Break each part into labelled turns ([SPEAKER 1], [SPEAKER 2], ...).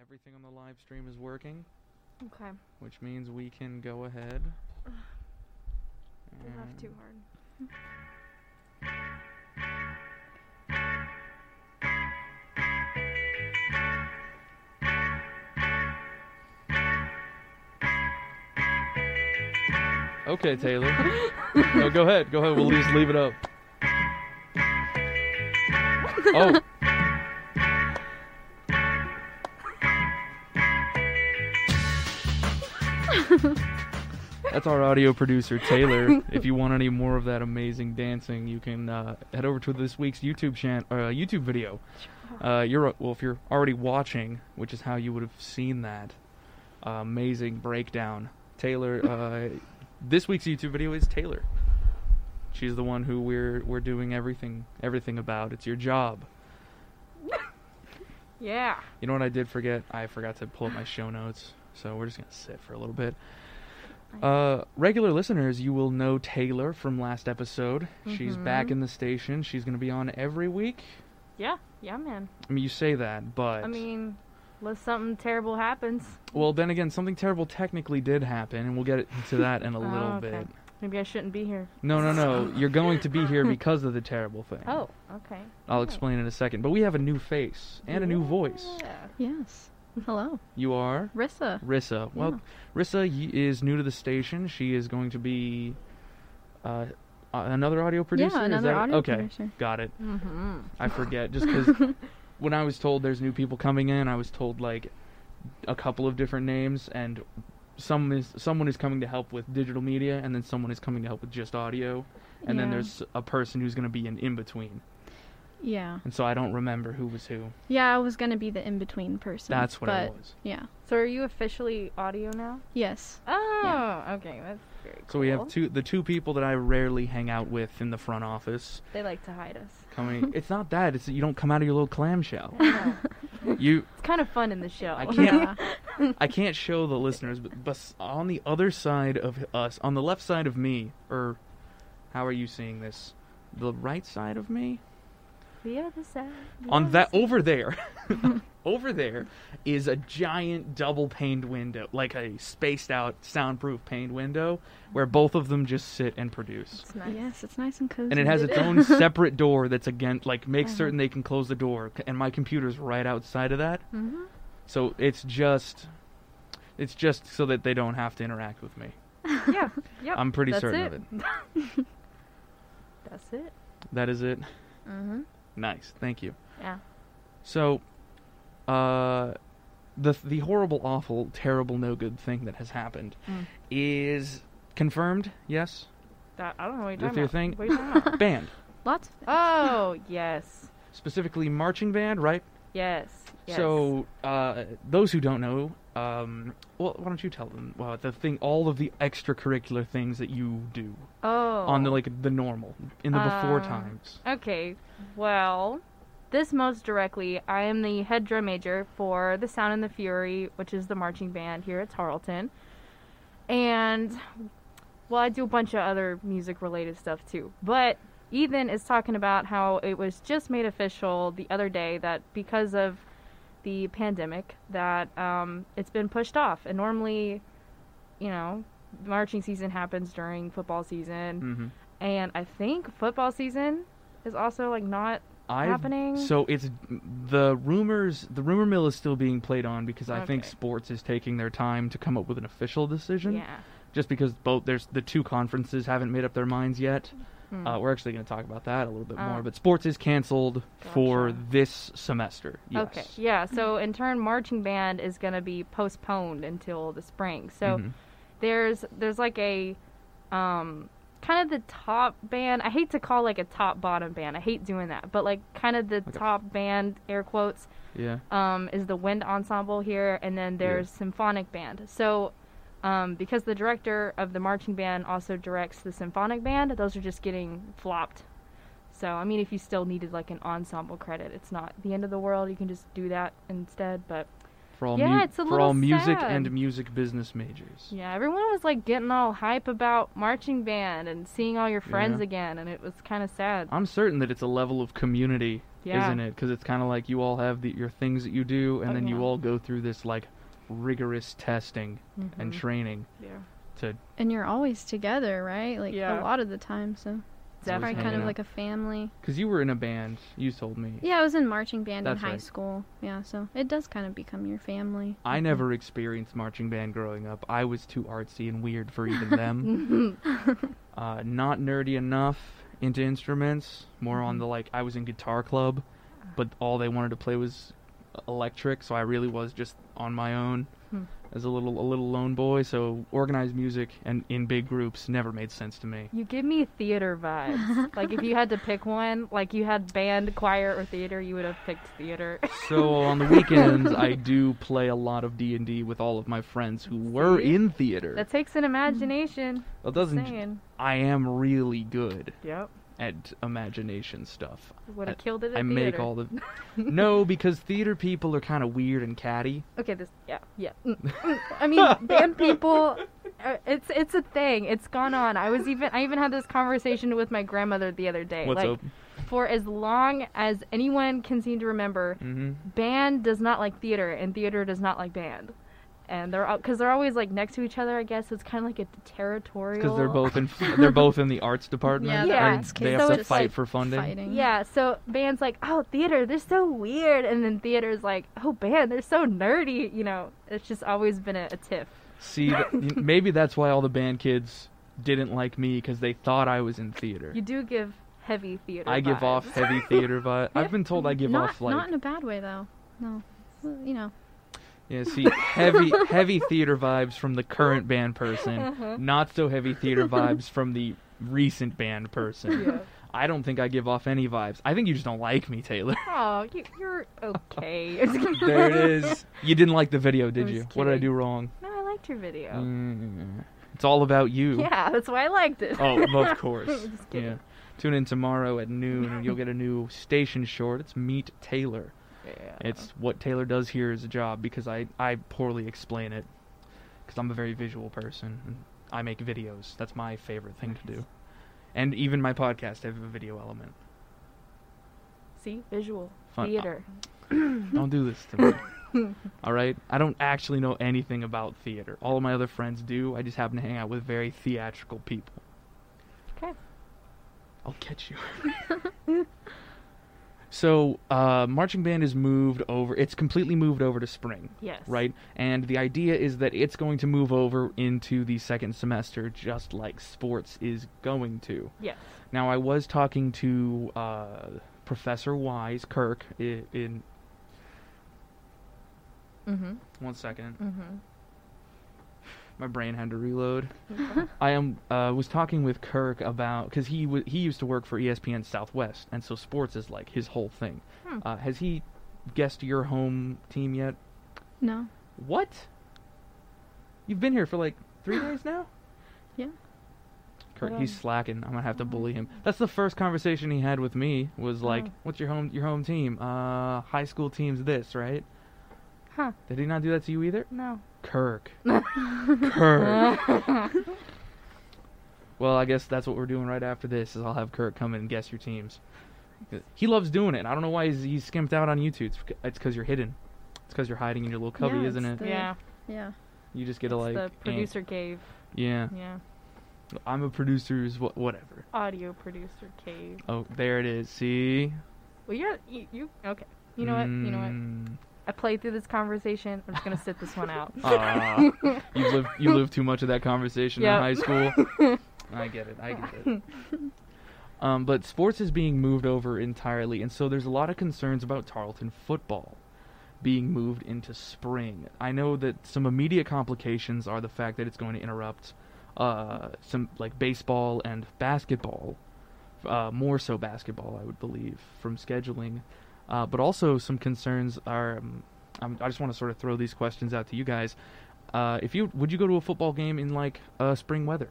[SPEAKER 1] Everything on the live stream is working,
[SPEAKER 2] Okay.
[SPEAKER 1] which means we can go ahead.
[SPEAKER 2] You laugh too
[SPEAKER 1] and-
[SPEAKER 2] hard.
[SPEAKER 1] Okay, Taylor. no, go ahead. Go ahead. We'll just leave it up. Oh. That's our audio producer, Taylor. If you want any more of that amazing dancing, you can uh, head over to this week's YouTube chan- uh, YouTube video. Uh, you're well if you're already watching, which is how you would have seen that uh, amazing breakdown. Taylor, uh, this week's YouTube video is Taylor. She's the one who we're we're doing everything everything about. It's your job.
[SPEAKER 2] Yeah.
[SPEAKER 1] You know what I did forget? I forgot to pull up my show notes. So we're just gonna sit for a little bit. Uh, regular listeners, you will know Taylor from last episode. She's back
[SPEAKER 2] Mhm.
[SPEAKER 1] in the station. She's gonna be on every week.
[SPEAKER 2] Yeah. Yeah, man.
[SPEAKER 1] I mean, you say that, but
[SPEAKER 2] I mean, unless something terrible happens,
[SPEAKER 1] well, then again, something terrible technically did happen, and we'll get to that in a
[SPEAKER 2] Oh,
[SPEAKER 1] little
[SPEAKER 2] okay.
[SPEAKER 1] bit.
[SPEAKER 2] maybe I shouldn't be here.
[SPEAKER 1] No, no, no. You're going to be here because of the terrible thing.
[SPEAKER 2] Oh, okay.
[SPEAKER 1] I'll explain in a second. But we have a new face and a new voice.
[SPEAKER 2] Yeah.
[SPEAKER 3] Yes. Hello,
[SPEAKER 1] You are
[SPEAKER 3] Rissa.
[SPEAKER 1] Rissa. Well, Rissa y- is new to the station. She is going to be uh, a- another audio producer.
[SPEAKER 3] yeah,
[SPEAKER 1] Is
[SPEAKER 3] another
[SPEAKER 1] that-
[SPEAKER 3] audio
[SPEAKER 1] okay,
[SPEAKER 3] producer.
[SPEAKER 1] got it.
[SPEAKER 2] Mm-hmm.
[SPEAKER 1] I forget just because when I was told there's new people coming in, I was told like a couple of different names and. Some is someone is coming to help with digital media, and then someone is coming to help with just audio, and then
[SPEAKER 3] Yeah.
[SPEAKER 1] there's a person who's going to be an in between,
[SPEAKER 3] Yeah,
[SPEAKER 1] and so I don't remember who was who.
[SPEAKER 3] yeah. I was gonna be the in between person.
[SPEAKER 1] That's what
[SPEAKER 3] but
[SPEAKER 1] I was.
[SPEAKER 3] Yeah.
[SPEAKER 2] So are you officially audio now?
[SPEAKER 3] Yes.
[SPEAKER 2] Oh, okay. That's very cool.
[SPEAKER 1] So we have two the two people that I rarely hang out with in the front office
[SPEAKER 2] They like to hide us.
[SPEAKER 1] coming. it's not that. It's that you don't come out of your little clamshell.
[SPEAKER 2] I know.
[SPEAKER 1] You
[SPEAKER 2] it's kind of fun in the show.
[SPEAKER 1] I can't- Yeah. I can't show the listeners, but, but on the other side of us, on the left side of me, or how are you seeing this? The right side of me?
[SPEAKER 2] the other side. the
[SPEAKER 1] On
[SPEAKER 2] other
[SPEAKER 1] that
[SPEAKER 2] side.
[SPEAKER 1] over there. over there is a giant double paned window, like a spaced out soundproof paned window where both of them just sit and produce.
[SPEAKER 2] It's nice.
[SPEAKER 3] Yes, it's nice and cozy.
[SPEAKER 1] and it has its own separate door that's again like makes
[SPEAKER 3] Uh-huh.
[SPEAKER 1] certain they can close the door c- and my computer's right outside of that
[SPEAKER 2] Mm-hmm.
[SPEAKER 1] so it's just it's just so that they don't have to interact with me
[SPEAKER 2] Yeah. Yep.
[SPEAKER 1] i'm pretty
[SPEAKER 2] That's
[SPEAKER 1] certain
[SPEAKER 2] it.
[SPEAKER 1] of it
[SPEAKER 2] That's it.
[SPEAKER 1] that is it
[SPEAKER 2] Mm-hmm.
[SPEAKER 1] nice thank you
[SPEAKER 2] Yeah.
[SPEAKER 1] so uh the the horrible awful terrible no good thing that has happened
[SPEAKER 2] Mm.
[SPEAKER 1] is confirmed yes
[SPEAKER 2] That, I don't know what you're
[SPEAKER 1] With
[SPEAKER 2] talking
[SPEAKER 1] your
[SPEAKER 2] about.
[SPEAKER 1] thing?
[SPEAKER 2] What are you talking about?
[SPEAKER 1] band
[SPEAKER 3] Lots of it.
[SPEAKER 2] Oh, yes.
[SPEAKER 1] specifically marching band right
[SPEAKER 2] Yes. yes.
[SPEAKER 1] So, uh, those who don't know, um, well, why don't you tell them well, the thing, all of the extracurricular things that you do
[SPEAKER 2] oh.
[SPEAKER 1] on the like the normal in the before
[SPEAKER 2] Um,
[SPEAKER 1] times.
[SPEAKER 2] Okay. Well, this most directly, I am the head drum major for the Sound and the Fury, which is the marching band here at Tarleton. And well, I do a bunch of other music related stuff too. But Ethan is talking about how it was just made official the other day that because of the pandemic that um, it's been pushed off. And normally, you know, marching season happens during football season
[SPEAKER 1] Mm-hmm.
[SPEAKER 2] and I think football season is also like not.
[SPEAKER 1] I
[SPEAKER 2] happening?
[SPEAKER 1] So it's the rumors. The rumor mill is still being played on because I think
[SPEAKER 2] Okay.
[SPEAKER 1] sports is taking their time to come up with an official decision.
[SPEAKER 2] Yeah.
[SPEAKER 1] Just because both there's the two conferences haven't made up their minds yet.
[SPEAKER 2] Hmm.
[SPEAKER 1] Uh, we're actually going to talk about that a little bit more.
[SPEAKER 2] Ah.
[SPEAKER 1] But sports is canceled for
[SPEAKER 2] Gotcha.
[SPEAKER 1] this semester. Yes.
[SPEAKER 2] Okay. Yeah. So in turn, marching band is going to be postponed until the spring. So
[SPEAKER 1] Mhm.
[SPEAKER 2] there's there's like a um kind of the top band. I hate to call like a top bottom band. I hate doing that, but like kind of the
[SPEAKER 1] Like a-
[SPEAKER 2] top band air quotes
[SPEAKER 1] Yeah.
[SPEAKER 2] um, is the wind ensemble here, and then there's symphonic band. So, um, because the director of the marching band also directs the symphonic band, those are just getting flopped. So, I mean, if you still needed like an ensemble credit, it's not the end of the world. You can just do that instead. But
[SPEAKER 1] for all
[SPEAKER 2] Yeah,
[SPEAKER 1] mu-
[SPEAKER 2] it's a
[SPEAKER 1] for all
[SPEAKER 2] little
[SPEAKER 1] music
[SPEAKER 2] sad.
[SPEAKER 1] and music business majors.
[SPEAKER 2] Yeah, everyone was like getting all hype about marching band and seeing all your friends
[SPEAKER 1] Yeah.
[SPEAKER 2] again, and it was kind of sad.
[SPEAKER 1] I'm certain that it's a level of community,
[SPEAKER 2] Yeah.
[SPEAKER 1] isn't it? Because it's kind of like you all have the, your things that you do, and
[SPEAKER 2] Oh,
[SPEAKER 1] then
[SPEAKER 2] yeah.
[SPEAKER 1] you all go through this like rigorous testing and
[SPEAKER 2] Mhm.
[SPEAKER 1] training
[SPEAKER 2] yeah.
[SPEAKER 1] to
[SPEAKER 3] And you're always together, right? Like
[SPEAKER 2] Yeah.
[SPEAKER 3] a lot of the time, so it's probably
[SPEAKER 1] Always
[SPEAKER 3] kind
[SPEAKER 1] hanging
[SPEAKER 3] of
[SPEAKER 1] out.
[SPEAKER 3] like a family.
[SPEAKER 1] because you were in a band. You told me.
[SPEAKER 3] Yeah, I was in marching band
[SPEAKER 1] That's
[SPEAKER 3] in high
[SPEAKER 1] right.
[SPEAKER 3] school. Yeah, so it does kind of become your family.
[SPEAKER 1] I
[SPEAKER 2] Mm-hmm.
[SPEAKER 1] never experienced marching band growing up. I was too artsy and weird for even them. uh, not nerdy enough into instruments. More on
[SPEAKER 2] Mm-hmm.
[SPEAKER 1] the like, I was in guitar club, but all they wanted to play was electric. So I really was just on my own
[SPEAKER 2] Hmm.
[SPEAKER 1] as a little a little lone boy. So organized music and in big groups never made sense to me.
[SPEAKER 2] You give me theater vibes. like if you had to pick one, like you had band, choir, or theater, you would have picked theater.
[SPEAKER 1] So on the weekends, I do play a lot of D and D with all of my friends who were
[SPEAKER 2] See?
[SPEAKER 1] in theater.
[SPEAKER 2] that takes an imagination.
[SPEAKER 1] That doesn't.
[SPEAKER 2] Saying,
[SPEAKER 1] I am really good.
[SPEAKER 2] yep,
[SPEAKER 1] at imagination stuff.
[SPEAKER 2] would have killed it. At
[SPEAKER 1] I make all the no because theater people are kind of weird and catty.
[SPEAKER 2] Okay, this. Yeah, yeah. mm, mm. I mean, band people. uh, It's it's a thing. It's gone on. I was even I even had this conversation with my grandmother the other day.
[SPEAKER 1] What's
[SPEAKER 2] like
[SPEAKER 1] up?
[SPEAKER 2] for as long as anyone can seem to remember,
[SPEAKER 1] Mm-hmm.
[SPEAKER 2] band does not like theater and theater does not like band. And they're because they're always like next to each other. I guess it's kind of like a territorial.
[SPEAKER 1] Because they're both in they're both in the arts department.
[SPEAKER 3] Yeah,
[SPEAKER 2] the
[SPEAKER 1] and
[SPEAKER 2] arts
[SPEAKER 1] they
[SPEAKER 2] kids
[SPEAKER 1] have
[SPEAKER 2] So
[SPEAKER 1] to
[SPEAKER 2] it's
[SPEAKER 1] fight
[SPEAKER 3] like
[SPEAKER 1] for funding.
[SPEAKER 3] Fighting.
[SPEAKER 2] Yeah, so band's like, oh, theater, they're so weird, and then theater's like, oh, band, they're so nerdy. You know, it's just always been a, a tiff.
[SPEAKER 1] See, th- maybe that's why all the band kids didn't like me because they thought I was in theater.
[SPEAKER 2] You do give heavy theater.
[SPEAKER 1] I give off
[SPEAKER 2] vibes.
[SPEAKER 1] heavy theater vibe. I've been told I give
[SPEAKER 3] not,
[SPEAKER 1] off like
[SPEAKER 3] not in a bad way though. No, Well, you know.
[SPEAKER 1] Yeah, see, heavy heavy theater vibes from the current band person,
[SPEAKER 2] Uh-huh.
[SPEAKER 1] not so heavy theater vibes from the recent band person.
[SPEAKER 2] Yeah.
[SPEAKER 1] I don't think I give off any vibes. I think you just don't like me, Taylor.
[SPEAKER 2] Oh, you, you're okay.
[SPEAKER 1] there it is. You didn't like the video, did
[SPEAKER 2] was
[SPEAKER 1] you? What did I
[SPEAKER 2] kidding.
[SPEAKER 1] do wrong?
[SPEAKER 2] No, I liked your video.
[SPEAKER 1] Mm. It's all about you.
[SPEAKER 2] Yeah, that's why I liked it.
[SPEAKER 1] Oh, of course.
[SPEAKER 2] Just kidding.
[SPEAKER 1] yeah. Tune in tomorrow at noon and you'll get a new station short. It's Meet Taylor.
[SPEAKER 2] Yeah.
[SPEAKER 1] It's what Taylor does here as a job because I, I poorly explain it because I'm a very visual person. And I make videos. That's my favorite thing to do. And even my podcast have a video element.
[SPEAKER 2] see visual
[SPEAKER 1] Fun-
[SPEAKER 2] theater.
[SPEAKER 1] Don't do this to me. All right? I don't actually know anything about theater. All of my other friends do. I just happen to hang out with very theatrical people.
[SPEAKER 2] Okay.
[SPEAKER 1] I'll catch you. so, uh, marching band is moved over. It's completely moved over to spring.
[SPEAKER 2] Yes.
[SPEAKER 1] right? And the idea is that it's going to move over into the second semester, just like sports is going to.
[SPEAKER 2] Yes.
[SPEAKER 1] Now, I was talking to uh, Professor Wise Kirk in, in
[SPEAKER 2] Mhm.
[SPEAKER 1] one second.
[SPEAKER 2] Mhm.
[SPEAKER 1] My brain had to reload.
[SPEAKER 2] Okay.
[SPEAKER 1] I am uh, was talking with Kirk about because he w- he used to work for E ESPN Southwest, and so sports is like his whole thing.
[SPEAKER 2] Hmm.
[SPEAKER 1] Uh, has he guessed your home team yet?
[SPEAKER 3] No.
[SPEAKER 1] What? You've been here for like three days now?
[SPEAKER 3] Yeah.
[SPEAKER 1] Kurt,
[SPEAKER 2] But,
[SPEAKER 1] he's
[SPEAKER 2] um,
[SPEAKER 1] slacking. I'm gonna have to bully him. That's the first conversation he had with me was like,
[SPEAKER 2] Oh.
[SPEAKER 1] What's your home your home team? Uh high school team's this, right?
[SPEAKER 2] Huh.
[SPEAKER 1] Did he not do that to you either?
[SPEAKER 2] No.
[SPEAKER 1] Kirk. Kirk. Well, I guess that's what we're doing right after this is I'll have Kirk come in and guess your teams. He loves doing it. I don't know why he's, he's skimped out on YouTube. It's beca- It's because you're hidden. It's because you're hiding in your little cubby,
[SPEAKER 3] Yeah,
[SPEAKER 1] isn't
[SPEAKER 3] it's
[SPEAKER 1] it?
[SPEAKER 3] the-
[SPEAKER 2] yeah.
[SPEAKER 3] Yeah.
[SPEAKER 1] You just get
[SPEAKER 2] It's
[SPEAKER 1] to like
[SPEAKER 2] the
[SPEAKER 1] eh.
[SPEAKER 2] producer cave.
[SPEAKER 1] Yeah.
[SPEAKER 2] Yeah.
[SPEAKER 1] I'm a producer's wha- whatever.
[SPEAKER 2] Audio producer cave.
[SPEAKER 1] Oh, there it is. See?
[SPEAKER 2] Well, you're you, you okay. You know what? You know
[SPEAKER 1] Mm.
[SPEAKER 2] what? I played through this conversation. I'm just gonna sit this one out.
[SPEAKER 1] Ah. what?
[SPEAKER 3] Oh,
[SPEAKER 1] you live you live too much of that conversation
[SPEAKER 2] Yep.
[SPEAKER 1] in high school. I get it. I get it. Um, but sports is being moved over entirely, and so there's a lot of concerns about Tarleton football being moved into spring. I know that some immediate complications are the fact that it's going to interrupt uh, some like baseball and basketball, uh, more so basketball, I would believe, from scheduling. Uh, but also some concerns are. Um, I'm, I just want to sort of throw these questions out to you guys. Uh, if you would you go to a football game in like uh, spring weather?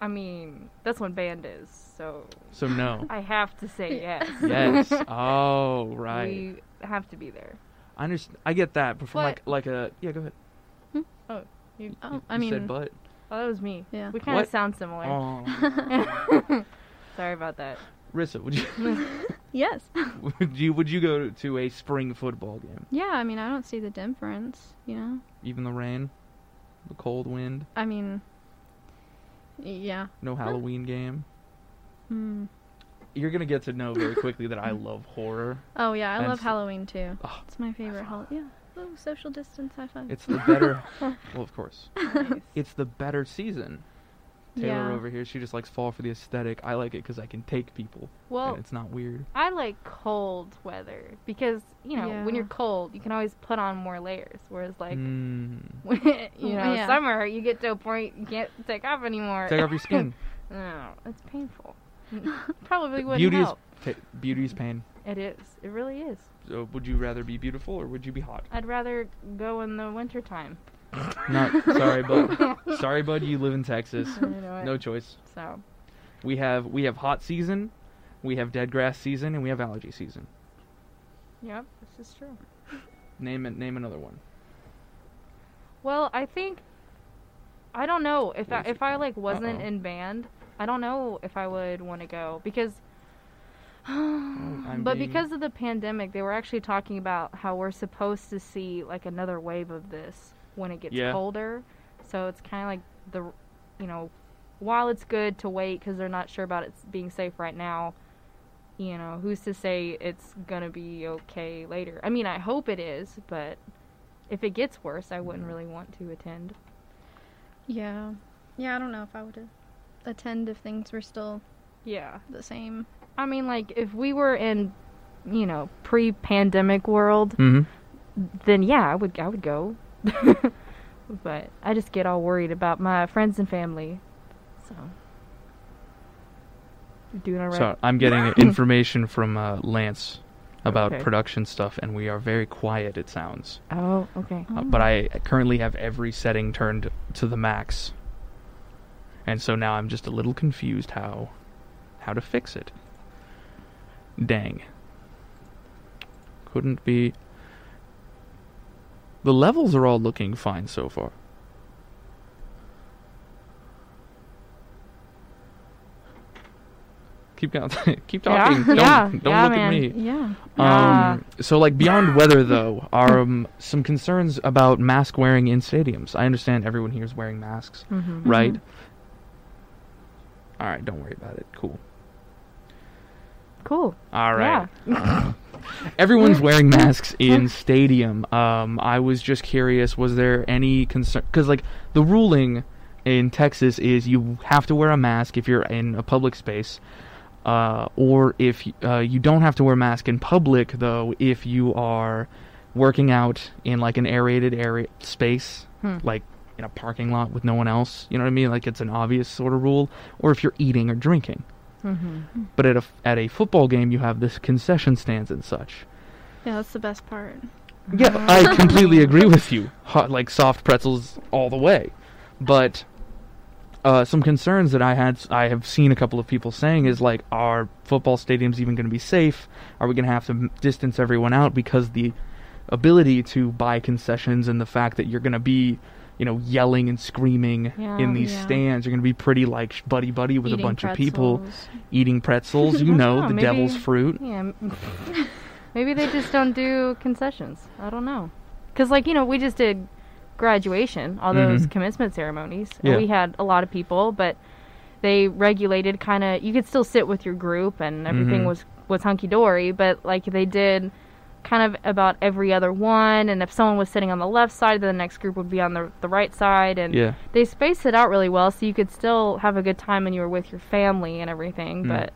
[SPEAKER 2] I mean, that's when band is. So
[SPEAKER 1] So no.
[SPEAKER 2] I have to say yes.
[SPEAKER 1] yes. Oh, right.
[SPEAKER 2] We have to be there.
[SPEAKER 1] I understand. I get that, but from
[SPEAKER 2] But-
[SPEAKER 1] like like a yeah. Go ahead.
[SPEAKER 2] You,
[SPEAKER 3] Oh,
[SPEAKER 1] You-
[SPEAKER 3] I
[SPEAKER 1] you
[SPEAKER 3] mean,
[SPEAKER 1] said but.
[SPEAKER 2] oh, that was me.
[SPEAKER 3] yeah.
[SPEAKER 2] We kind of
[SPEAKER 1] What?
[SPEAKER 2] sound similar.
[SPEAKER 1] Oh,
[SPEAKER 2] Sorry about that.
[SPEAKER 1] Rissa, would you
[SPEAKER 3] yes.
[SPEAKER 1] would you would you go to a spring football game?
[SPEAKER 3] Yeah, I mean, I don't see the difference, you know?
[SPEAKER 1] Even the rain, the cold wind,
[SPEAKER 3] I mean, yeah.
[SPEAKER 1] no Halloween game.
[SPEAKER 3] Mm.
[SPEAKER 1] You're gonna get to know very quickly that I love horror.
[SPEAKER 3] Oh, yeah, I
[SPEAKER 1] And
[SPEAKER 3] love
[SPEAKER 1] s-
[SPEAKER 3] Halloween too.
[SPEAKER 1] Oh,
[SPEAKER 3] It's my favorite holiday. Yeah. Ooh, social distance high five.
[SPEAKER 1] it's the better. well, of course,
[SPEAKER 2] Nice.
[SPEAKER 1] it's the better season. Taylor
[SPEAKER 3] Yeah.
[SPEAKER 1] over here, she just likes fall for the aesthetic. I like it because I can take people,
[SPEAKER 2] Well,
[SPEAKER 1] and it's not weird.
[SPEAKER 2] I like cold weather because you know when
[SPEAKER 3] Yeah.
[SPEAKER 2] you're cold, you can always put on more layers. Whereas like
[SPEAKER 1] Mm.
[SPEAKER 2] when, you know
[SPEAKER 3] Yeah.
[SPEAKER 2] summer, you get to a point you can't take off anymore.
[SPEAKER 1] Take off your skin.
[SPEAKER 2] no, it's painful. Probably wouldn't
[SPEAKER 1] Beauty is
[SPEAKER 2] help.
[SPEAKER 1] ta beauty is pain.
[SPEAKER 2] It is. It really is.
[SPEAKER 1] So would you rather be beautiful or would you be hot?
[SPEAKER 2] I'd rather go in the wintertime.
[SPEAKER 1] Not sorry, bud. sorry, bud. You live in Texas.
[SPEAKER 2] You know
[SPEAKER 1] No
[SPEAKER 2] it.
[SPEAKER 1] choice.
[SPEAKER 2] So
[SPEAKER 1] We have we have hot season, we have dead grass season, and we have allergy season.
[SPEAKER 2] yep, this is true.
[SPEAKER 1] Name it. Name another one.
[SPEAKER 2] Well, I think I don't know if I,
[SPEAKER 1] Where's
[SPEAKER 2] if
[SPEAKER 1] the
[SPEAKER 2] I
[SPEAKER 1] phone?
[SPEAKER 2] like wasn't
[SPEAKER 1] Uh-oh.
[SPEAKER 2] in band, I don't know if I would want to go because
[SPEAKER 1] I'm
[SPEAKER 2] but
[SPEAKER 1] being-
[SPEAKER 2] because of the pandemic, they were actually talking about how we're supposed to see like another wave of this when it gets
[SPEAKER 1] Yeah.
[SPEAKER 2] colder. So it's kind of like the you know, while it's good to wait cuz they're not sure about it being safe right now, you know, who's to say it's going to be okay later? I mean, I hope it is, but if it gets worse, I
[SPEAKER 1] Mm-hmm.
[SPEAKER 2] wouldn't really want to attend.
[SPEAKER 3] Yeah. Yeah, I don't know if I would attend if things were still
[SPEAKER 2] Yeah.
[SPEAKER 3] the same.
[SPEAKER 2] I mean, like, if we were in, you know, pre pandemic world,
[SPEAKER 1] Mm-hmm.
[SPEAKER 2] then yeah, I would, I would go. but I just get all worried about my friends and family. So. You're doing all right.
[SPEAKER 1] So I'm getting information from uh, Lance about
[SPEAKER 2] Okay.
[SPEAKER 1] production stuff, and we are very quiet. It sounds,
[SPEAKER 2] Oh, okay.
[SPEAKER 1] uh, but I currently have every setting turned to the max, and so now I'm just a little confused how how to fix it. Dang, couldn't be. The levels are all looking fine so far. Keep going. Keep
[SPEAKER 2] Yeah.
[SPEAKER 1] talking. Don't,
[SPEAKER 2] Yeah.
[SPEAKER 1] don't
[SPEAKER 2] Yeah,
[SPEAKER 1] look
[SPEAKER 2] man.
[SPEAKER 1] at me.
[SPEAKER 3] Yeah.
[SPEAKER 2] Yeah.
[SPEAKER 1] Um, so, like beyond weather, though, are um, some concerns about mask wearing in stadiums. I understand everyone here is wearing masks,
[SPEAKER 2] Mm-hmm.
[SPEAKER 1] right? All right, don't worry about it. Cool.
[SPEAKER 2] Cool.
[SPEAKER 1] All right.
[SPEAKER 2] Yeah.
[SPEAKER 1] Everyone's wearing masks in stadium. Um, I was just curious, was there any concern? Because like the ruling in Texas is you have to wear a mask if you're in a public space, uh, or if uh, you don't have to wear a mask in public though if you are working out in like an aerated area space,
[SPEAKER 2] Hmm.
[SPEAKER 1] like in a parking lot with no one else. You know what I mean? Like it's an obvious sort of rule, or if you're eating or drinking
[SPEAKER 2] Mm-hmm.
[SPEAKER 1] but at a at a football game you have this concession stands and such.
[SPEAKER 3] Yeah, that's the best part.
[SPEAKER 1] Yeah, I completely agree with you. Hot, like soft pretzels all the way, but uh, some concerns that I had I have seen a couple of people saying is like, are football stadiums even going to be safe? Are we going to have to m- distance everyone out because the ability to buy concessions and the fact that you're going to be you know, yelling and screaming
[SPEAKER 2] Yeah,
[SPEAKER 1] in these
[SPEAKER 3] yeah.
[SPEAKER 1] stands. You're going to be pretty like sh- buddy buddy with
[SPEAKER 3] Eating
[SPEAKER 1] a bunch of people
[SPEAKER 3] pretzels.
[SPEAKER 1] eating pretzels. You
[SPEAKER 2] I
[SPEAKER 1] know,
[SPEAKER 2] dunno,
[SPEAKER 1] the
[SPEAKER 2] maybe-
[SPEAKER 1] devil's fruit.
[SPEAKER 2] Yeah. m- Maybe they just don't do concessions. I don't know. Cuz like, you know, we just did graduation, all those
[SPEAKER 1] Mhm.
[SPEAKER 2] commencement ceremonies.
[SPEAKER 1] Yeah.
[SPEAKER 2] And we had a lot of people, but they regulated kind of you could still sit with your group and everything
[SPEAKER 1] Mhm.
[SPEAKER 2] was was hunky dory, but like they did kind of about every other one and if someone was sitting on the left side, then the next group would be on the the right side and
[SPEAKER 1] Yeah.
[SPEAKER 2] they spaced it out really well so you could still have a good time when you were with your family and everything
[SPEAKER 1] Mm.
[SPEAKER 2] but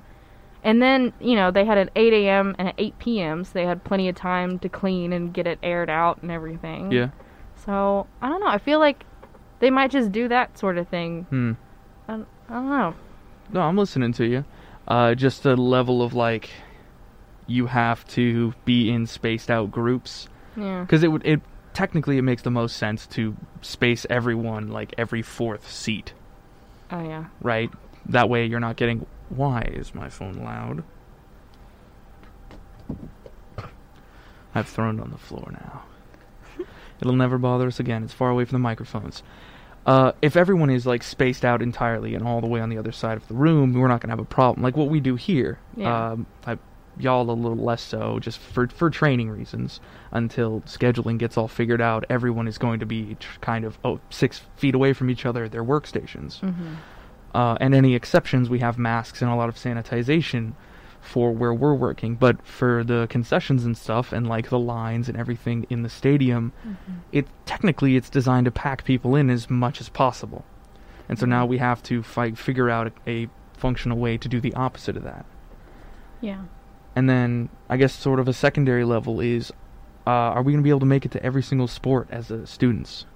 [SPEAKER 2] and then you know they had an 8 a.m and an 8 p.m so they had plenty of time to clean and get it aired out and everything
[SPEAKER 1] Yeah.
[SPEAKER 2] so i don't know i feel like they might just do that sort of thing
[SPEAKER 1] Hmm.
[SPEAKER 2] i don't, I don't know
[SPEAKER 1] No, I'm listening to you. Uh, just a level of like, you have to be in spaced out groups
[SPEAKER 2] yeah
[SPEAKER 1] because it would it technically it makes the most sense to space everyone like every fourth seat,
[SPEAKER 2] oh yeah
[SPEAKER 1] right? That way you're not getting. Why is my phone loud? I've thrown it on the floor now. It'll never bother us again. It's far away from the microphones. Uh, if everyone is like spaced out entirely and all the way on the other side of the room, we're not gonna have a problem. Like what we do here,
[SPEAKER 2] Yeah.
[SPEAKER 1] um, I, y'all a little less so, just for for training reasons. Until scheduling gets all figured out, everyone is going to be tr- kind of oh six feet away from each other at their workstations.
[SPEAKER 2] Mm-hmm.
[SPEAKER 1] Uh, and any exceptions, we have masks and a lot of sanitization for where we're working. But for the concessions and stuff, and like the lines and everything in the stadium, it technically it's designed to pack people in as much as possible. And so now we have to fight, figure out a, a functional way to do the opposite of that.
[SPEAKER 3] Yeah.
[SPEAKER 1] And then I guess sort of a secondary level is, uh, are we going to be able to make it to every single sport as uh students?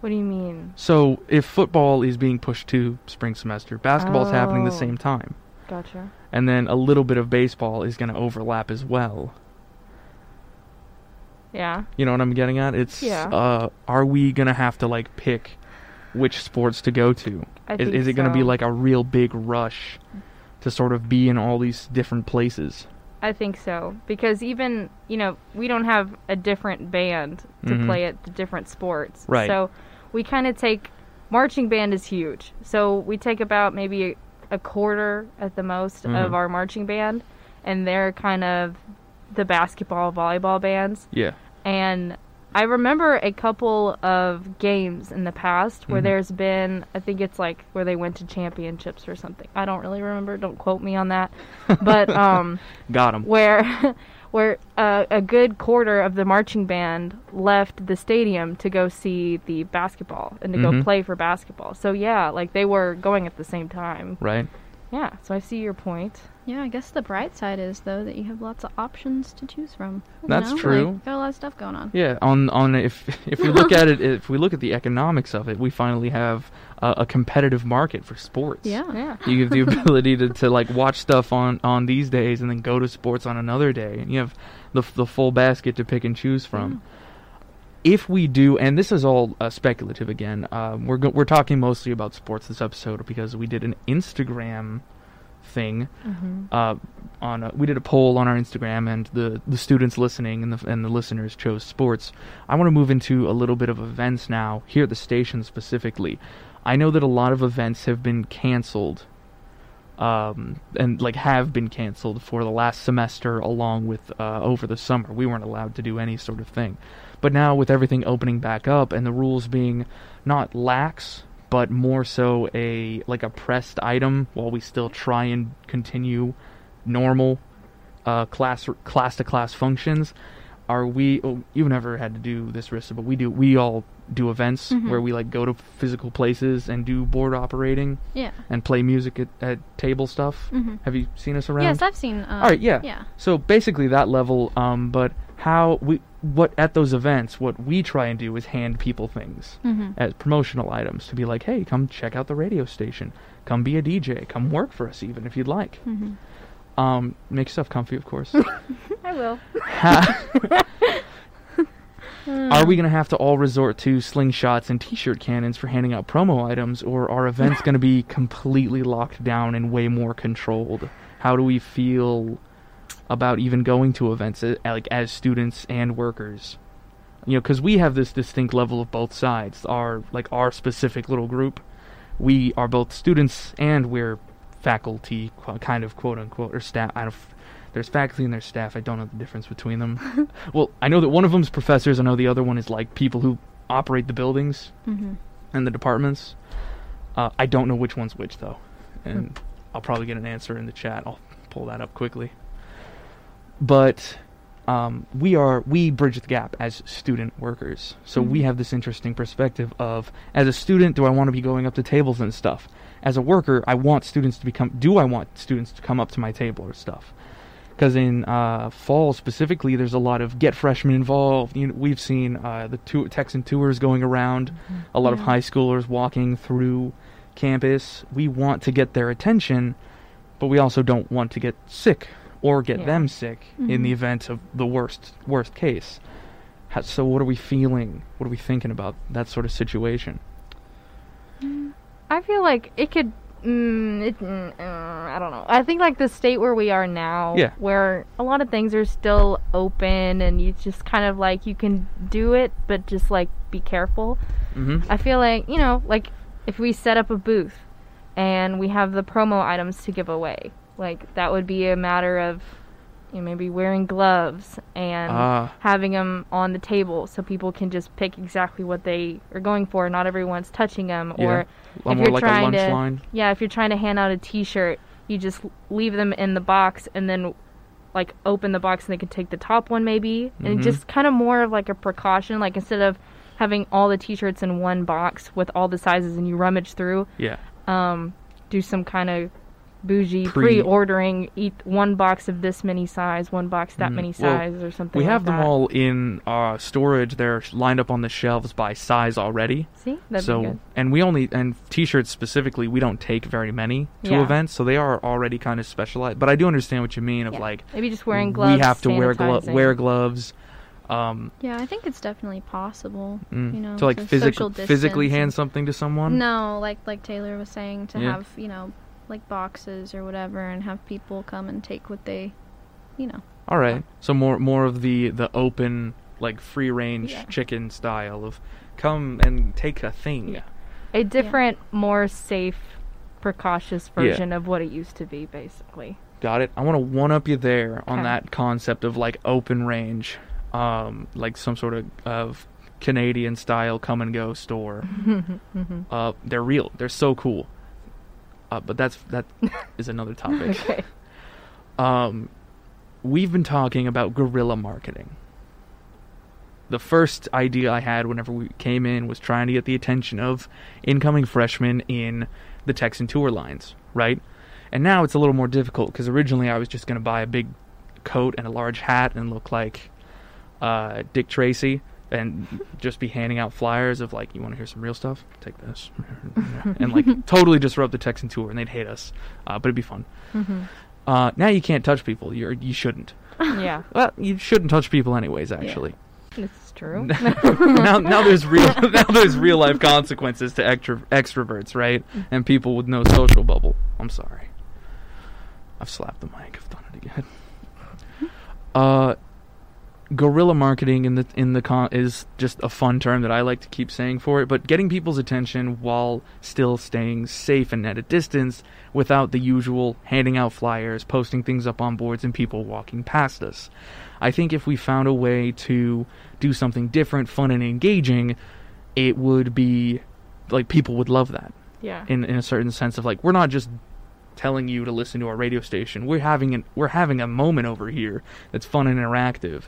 [SPEAKER 2] What do you mean?
[SPEAKER 1] So if football is being pushed to spring semester, basketball's happening the
[SPEAKER 2] Oh.
[SPEAKER 1] same time.
[SPEAKER 2] Gotcha.
[SPEAKER 1] and then a little bit of baseball is going to overlap as well.
[SPEAKER 2] Yeah.
[SPEAKER 1] You know what I'm getting at? It's
[SPEAKER 2] Yeah.
[SPEAKER 1] uh, are we going to have to like pick which sports to go to?
[SPEAKER 2] I
[SPEAKER 1] Is,
[SPEAKER 2] think
[SPEAKER 1] is it going to be
[SPEAKER 2] so.
[SPEAKER 1] like a real big rush to sort of be in all these different places?
[SPEAKER 2] I think so because even you know we don't have a different band to
[SPEAKER 1] Mhm.
[SPEAKER 2] play at the different sports.
[SPEAKER 1] Right.
[SPEAKER 2] So we kind of take marching band is huge. So we take about maybe a quarter at the most
[SPEAKER 1] Mhm.
[SPEAKER 2] of our marching band, and they're kind of the basketball, volleyball bands.
[SPEAKER 1] Yeah.
[SPEAKER 2] And I remember a couple of games in the past where
[SPEAKER 1] Mhm.
[SPEAKER 2] there's been, I think it's like where they went to championships or something. I don't really remember. Don't quote me on that. But um,
[SPEAKER 1] Got him.
[SPEAKER 2] where where uh, a good quarter of the marching band left the stadium to go see the basketball and to
[SPEAKER 1] Mhm.
[SPEAKER 2] go play for basketball. So yeah, like they were going at the same time.
[SPEAKER 1] Right?
[SPEAKER 2] Yeah. So I see your point.
[SPEAKER 3] Yeah, I guess the bright side is though that you have lots of options to choose from. You
[SPEAKER 1] That's
[SPEAKER 3] know, like,
[SPEAKER 1] true.
[SPEAKER 3] got a lot of stuff going on.
[SPEAKER 1] Yeah, on on if if we look at it if we look at the economics of it, we finally have uh, a competitive market for sports.
[SPEAKER 3] Yeah.
[SPEAKER 2] Yeah.
[SPEAKER 1] you have the ability to, to like watch stuff on on these days and then go to sports on another day and you have the the full basket to pick and choose from if we do and this is all uh, speculative again um, we're go- we're talking mostly about sports this episode because we did an Instagram thing
[SPEAKER 2] Mm-hmm.
[SPEAKER 1] uh, on a, we did a poll on our Instagram, and the, the students listening and the and the listeners chose sports. I want to move into a little bit of events now here at the station specifically. I know that a lot of events have been canceled, um, and like have been canceled for the last semester, along with uh, over the summer. We weren't allowed to do any sort of thing, but now with everything opening back up and the rules being not lax but more so a like a pressed item while we still try and continue normal uh, class class to class functions. Are we? Oh, you've never had to do this, Rissa, but we do. We all do events
[SPEAKER 3] Mhm.
[SPEAKER 1] where we like go to physical places and do board operating
[SPEAKER 3] Yeah.
[SPEAKER 1] and play music at, at table stuff.
[SPEAKER 3] Mhm.
[SPEAKER 1] Have you seen us around?
[SPEAKER 3] Yes, I've seen. Um,
[SPEAKER 1] All right, yeah.
[SPEAKER 3] Yeah.
[SPEAKER 1] So basically that level, um, but how we what at those events? What we try and do is hand people things
[SPEAKER 3] Mm-hmm.
[SPEAKER 1] as promotional items to be like, hey, come check out the radio station, come be a DJ, come work for us even if you'd like.
[SPEAKER 3] Mm-hmm.
[SPEAKER 1] Um, make yourself comfy, of course.
[SPEAKER 2] I will.
[SPEAKER 1] Ha- are we going to have to all resort to slingshots and t-shirt cannons for handing out promo items, or are events going to be completely locked down and way more controlled? How do we feel about even going to events, uh, like as students and workers? You know, because we have this distinct level of both sides. Our like our specific little group, we are both students and we're faculty, qu- kind of quote unquote, or staff. I don't. f- There's faculty and there's staff. I don't know the difference between them. well, I know that one of them's professors. I know the other one is like people who operate the buildings
[SPEAKER 3] Mm-hmm.
[SPEAKER 1] and the departments. Uh, I don't know which one's which though, and I'll probably get an answer in the chat. I'll pull that up quickly. But um, we are we bridge the gap as student workers, so we
[SPEAKER 3] Mhm.
[SPEAKER 1] have this interesting perspective of as a student, do I want to be going up to tables and stuff? As a worker, I want students to become. Do I want students to come up to my table or stuff? Because in uh, fall specifically, there's a lot of get freshmen involved. You know, we've seen uh, the tour, Texan tours going around, a lot of
[SPEAKER 3] Yeah.
[SPEAKER 1] high schoolers walking through campus. We want to get their attention, but we also don't want to get sick or get
[SPEAKER 2] Yeah.
[SPEAKER 1] them sick in
[SPEAKER 3] Mhm.
[SPEAKER 1] the event of the worst worst case. How, so what are we feeling? What are we thinking about that sort of situation?
[SPEAKER 2] I feel like it could Mm, it, mm, uh, I don't know. I think like the state where we are now,
[SPEAKER 1] Yeah.
[SPEAKER 2] where a lot of things are still open, and you just kind of like you can do it, but just like be careful.
[SPEAKER 1] Mm-hmm.
[SPEAKER 2] I feel like you know, like if we set up a booth and we have the promo items to give away, like that would be a matter of you know, maybe wearing gloves and
[SPEAKER 1] Ah,
[SPEAKER 2] having them on the table so people can just pick exactly what they are going for. Not everyone's touching them,
[SPEAKER 1] Yeah.
[SPEAKER 2] or
[SPEAKER 1] a lot
[SPEAKER 2] if
[SPEAKER 1] more
[SPEAKER 2] you're
[SPEAKER 1] like a
[SPEAKER 2] trying
[SPEAKER 1] lunch
[SPEAKER 2] to-
[SPEAKER 1] line.
[SPEAKER 2] yeah, if you're trying to hand out a T-shirt, you just l- leave them in the box and then like open the box and they can take the top one maybe,
[SPEAKER 1] Mhm.
[SPEAKER 2] and just kind of more of like a precaution. Like instead of having all the T-shirts in one box with all the sizes and you rummage through,
[SPEAKER 1] Yeah.
[SPEAKER 2] um, do some kind of bougie
[SPEAKER 1] Pre-
[SPEAKER 2] pre- ordering eat one box of this many size one box that
[SPEAKER 1] Mm,
[SPEAKER 2] many
[SPEAKER 1] well,
[SPEAKER 2] size or something
[SPEAKER 1] We
[SPEAKER 2] like
[SPEAKER 1] have them
[SPEAKER 2] that.
[SPEAKER 1] all in uh, storage. They're sh- lined up on the shelves by size already.
[SPEAKER 2] see that'd
[SPEAKER 1] so,
[SPEAKER 2] be good
[SPEAKER 1] and we only and t-shirts specifically, we don't take very many to
[SPEAKER 2] Yeah.
[SPEAKER 1] events, so they are already kind of specialized. But I do understand what you mean of
[SPEAKER 2] Yeah.
[SPEAKER 1] like
[SPEAKER 2] maybe just wearing gloves
[SPEAKER 1] we have to wear glo-
[SPEAKER 2] sanitizing.
[SPEAKER 1] wear gloves. Um,
[SPEAKER 3] Yeah, I think it's definitely possible.
[SPEAKER 1] mm,
[SPEAKER 3] You know,
[SPEAKER 1] to like
[SPEAKER 3] to
[SPEAKER 1] physic-
[SPEAKER 3] social
[SPEAKER 1] physically
[SPEAKER 3] distance
[SPEAKER 1] hand
[SPEAKER 3] and-
[SPEAKER 1] something to someone.
[SPEAKER 3] No, like like Taylor was saying, to
[SPEAKER 1] Yeah.
[SPEAKER 3] have you know like boxes or whatever, and have people come and take what they, you know.
[SPEAKER 1] All right. So more more of the the open like free range
[SPEAKER 3] Yeah.
[SPEAKER 1] chicken style of come and take a thing.
[SPEAKER 2] Yeah. a different, more safe, precautious version of what it used to be, basically.
[SPEAKER 1] Got it. I want to one up you there on
[SPEAKER 2] Okay.
[SPEAKER 1] that concept of like open range, um, like some sort of, of Canadian style come and go store.
[SPEAKER 3] Mm-hmm.
[SPEAKER 1] Uh, they're real. They're so cool. Uh, but that's that is another topic.
[SPEAKER 2] okay.
[SPEAKER 1] Um, we've been talking about guerrilla marketing. The first idea I had whenever we came in was trying to get the attention of incoming freshmen in the Texan tour lines, right? And now it's a little more difficult because originally I was just going to buy a big coat and a large hat and look like uh, Dick Tracy and just be handing out flyers of like, you want to hear some real stuff? Take this. and like totally disrupt the Texan tour and they'd hate us. Uh, but it'd be fun. Uh, now you can't touch people. You're you shouldn't.
[SPEAKER 2] yeah,
[SPEAKER 1] Well, you shouldn't touch people anyways. Actually,
[SPEAKER 2] this is true.
[SPEAKER 1] now now there's real now there's real life consequences to extra, extroverts, right? And people with no social bubble. I'm sorry. I've slapped the mic. I've done it again. Uh, guerrilla marketing in the in the con is just a fun term that I like to keep saying for it. But getting people's attention while still staying safe and at a distance, without the usual handing out flyers, posting things up on boards, and people walking past us. I think if we found a way to do something different, fun, and engaging, it would be like people would love that
[SPEAKER 2] yeah.
[SPEAKER 1] in in a certain sense of like we're not just telling you to listen to our radio station. We're having an we're having a moment over here that's fun and interactive.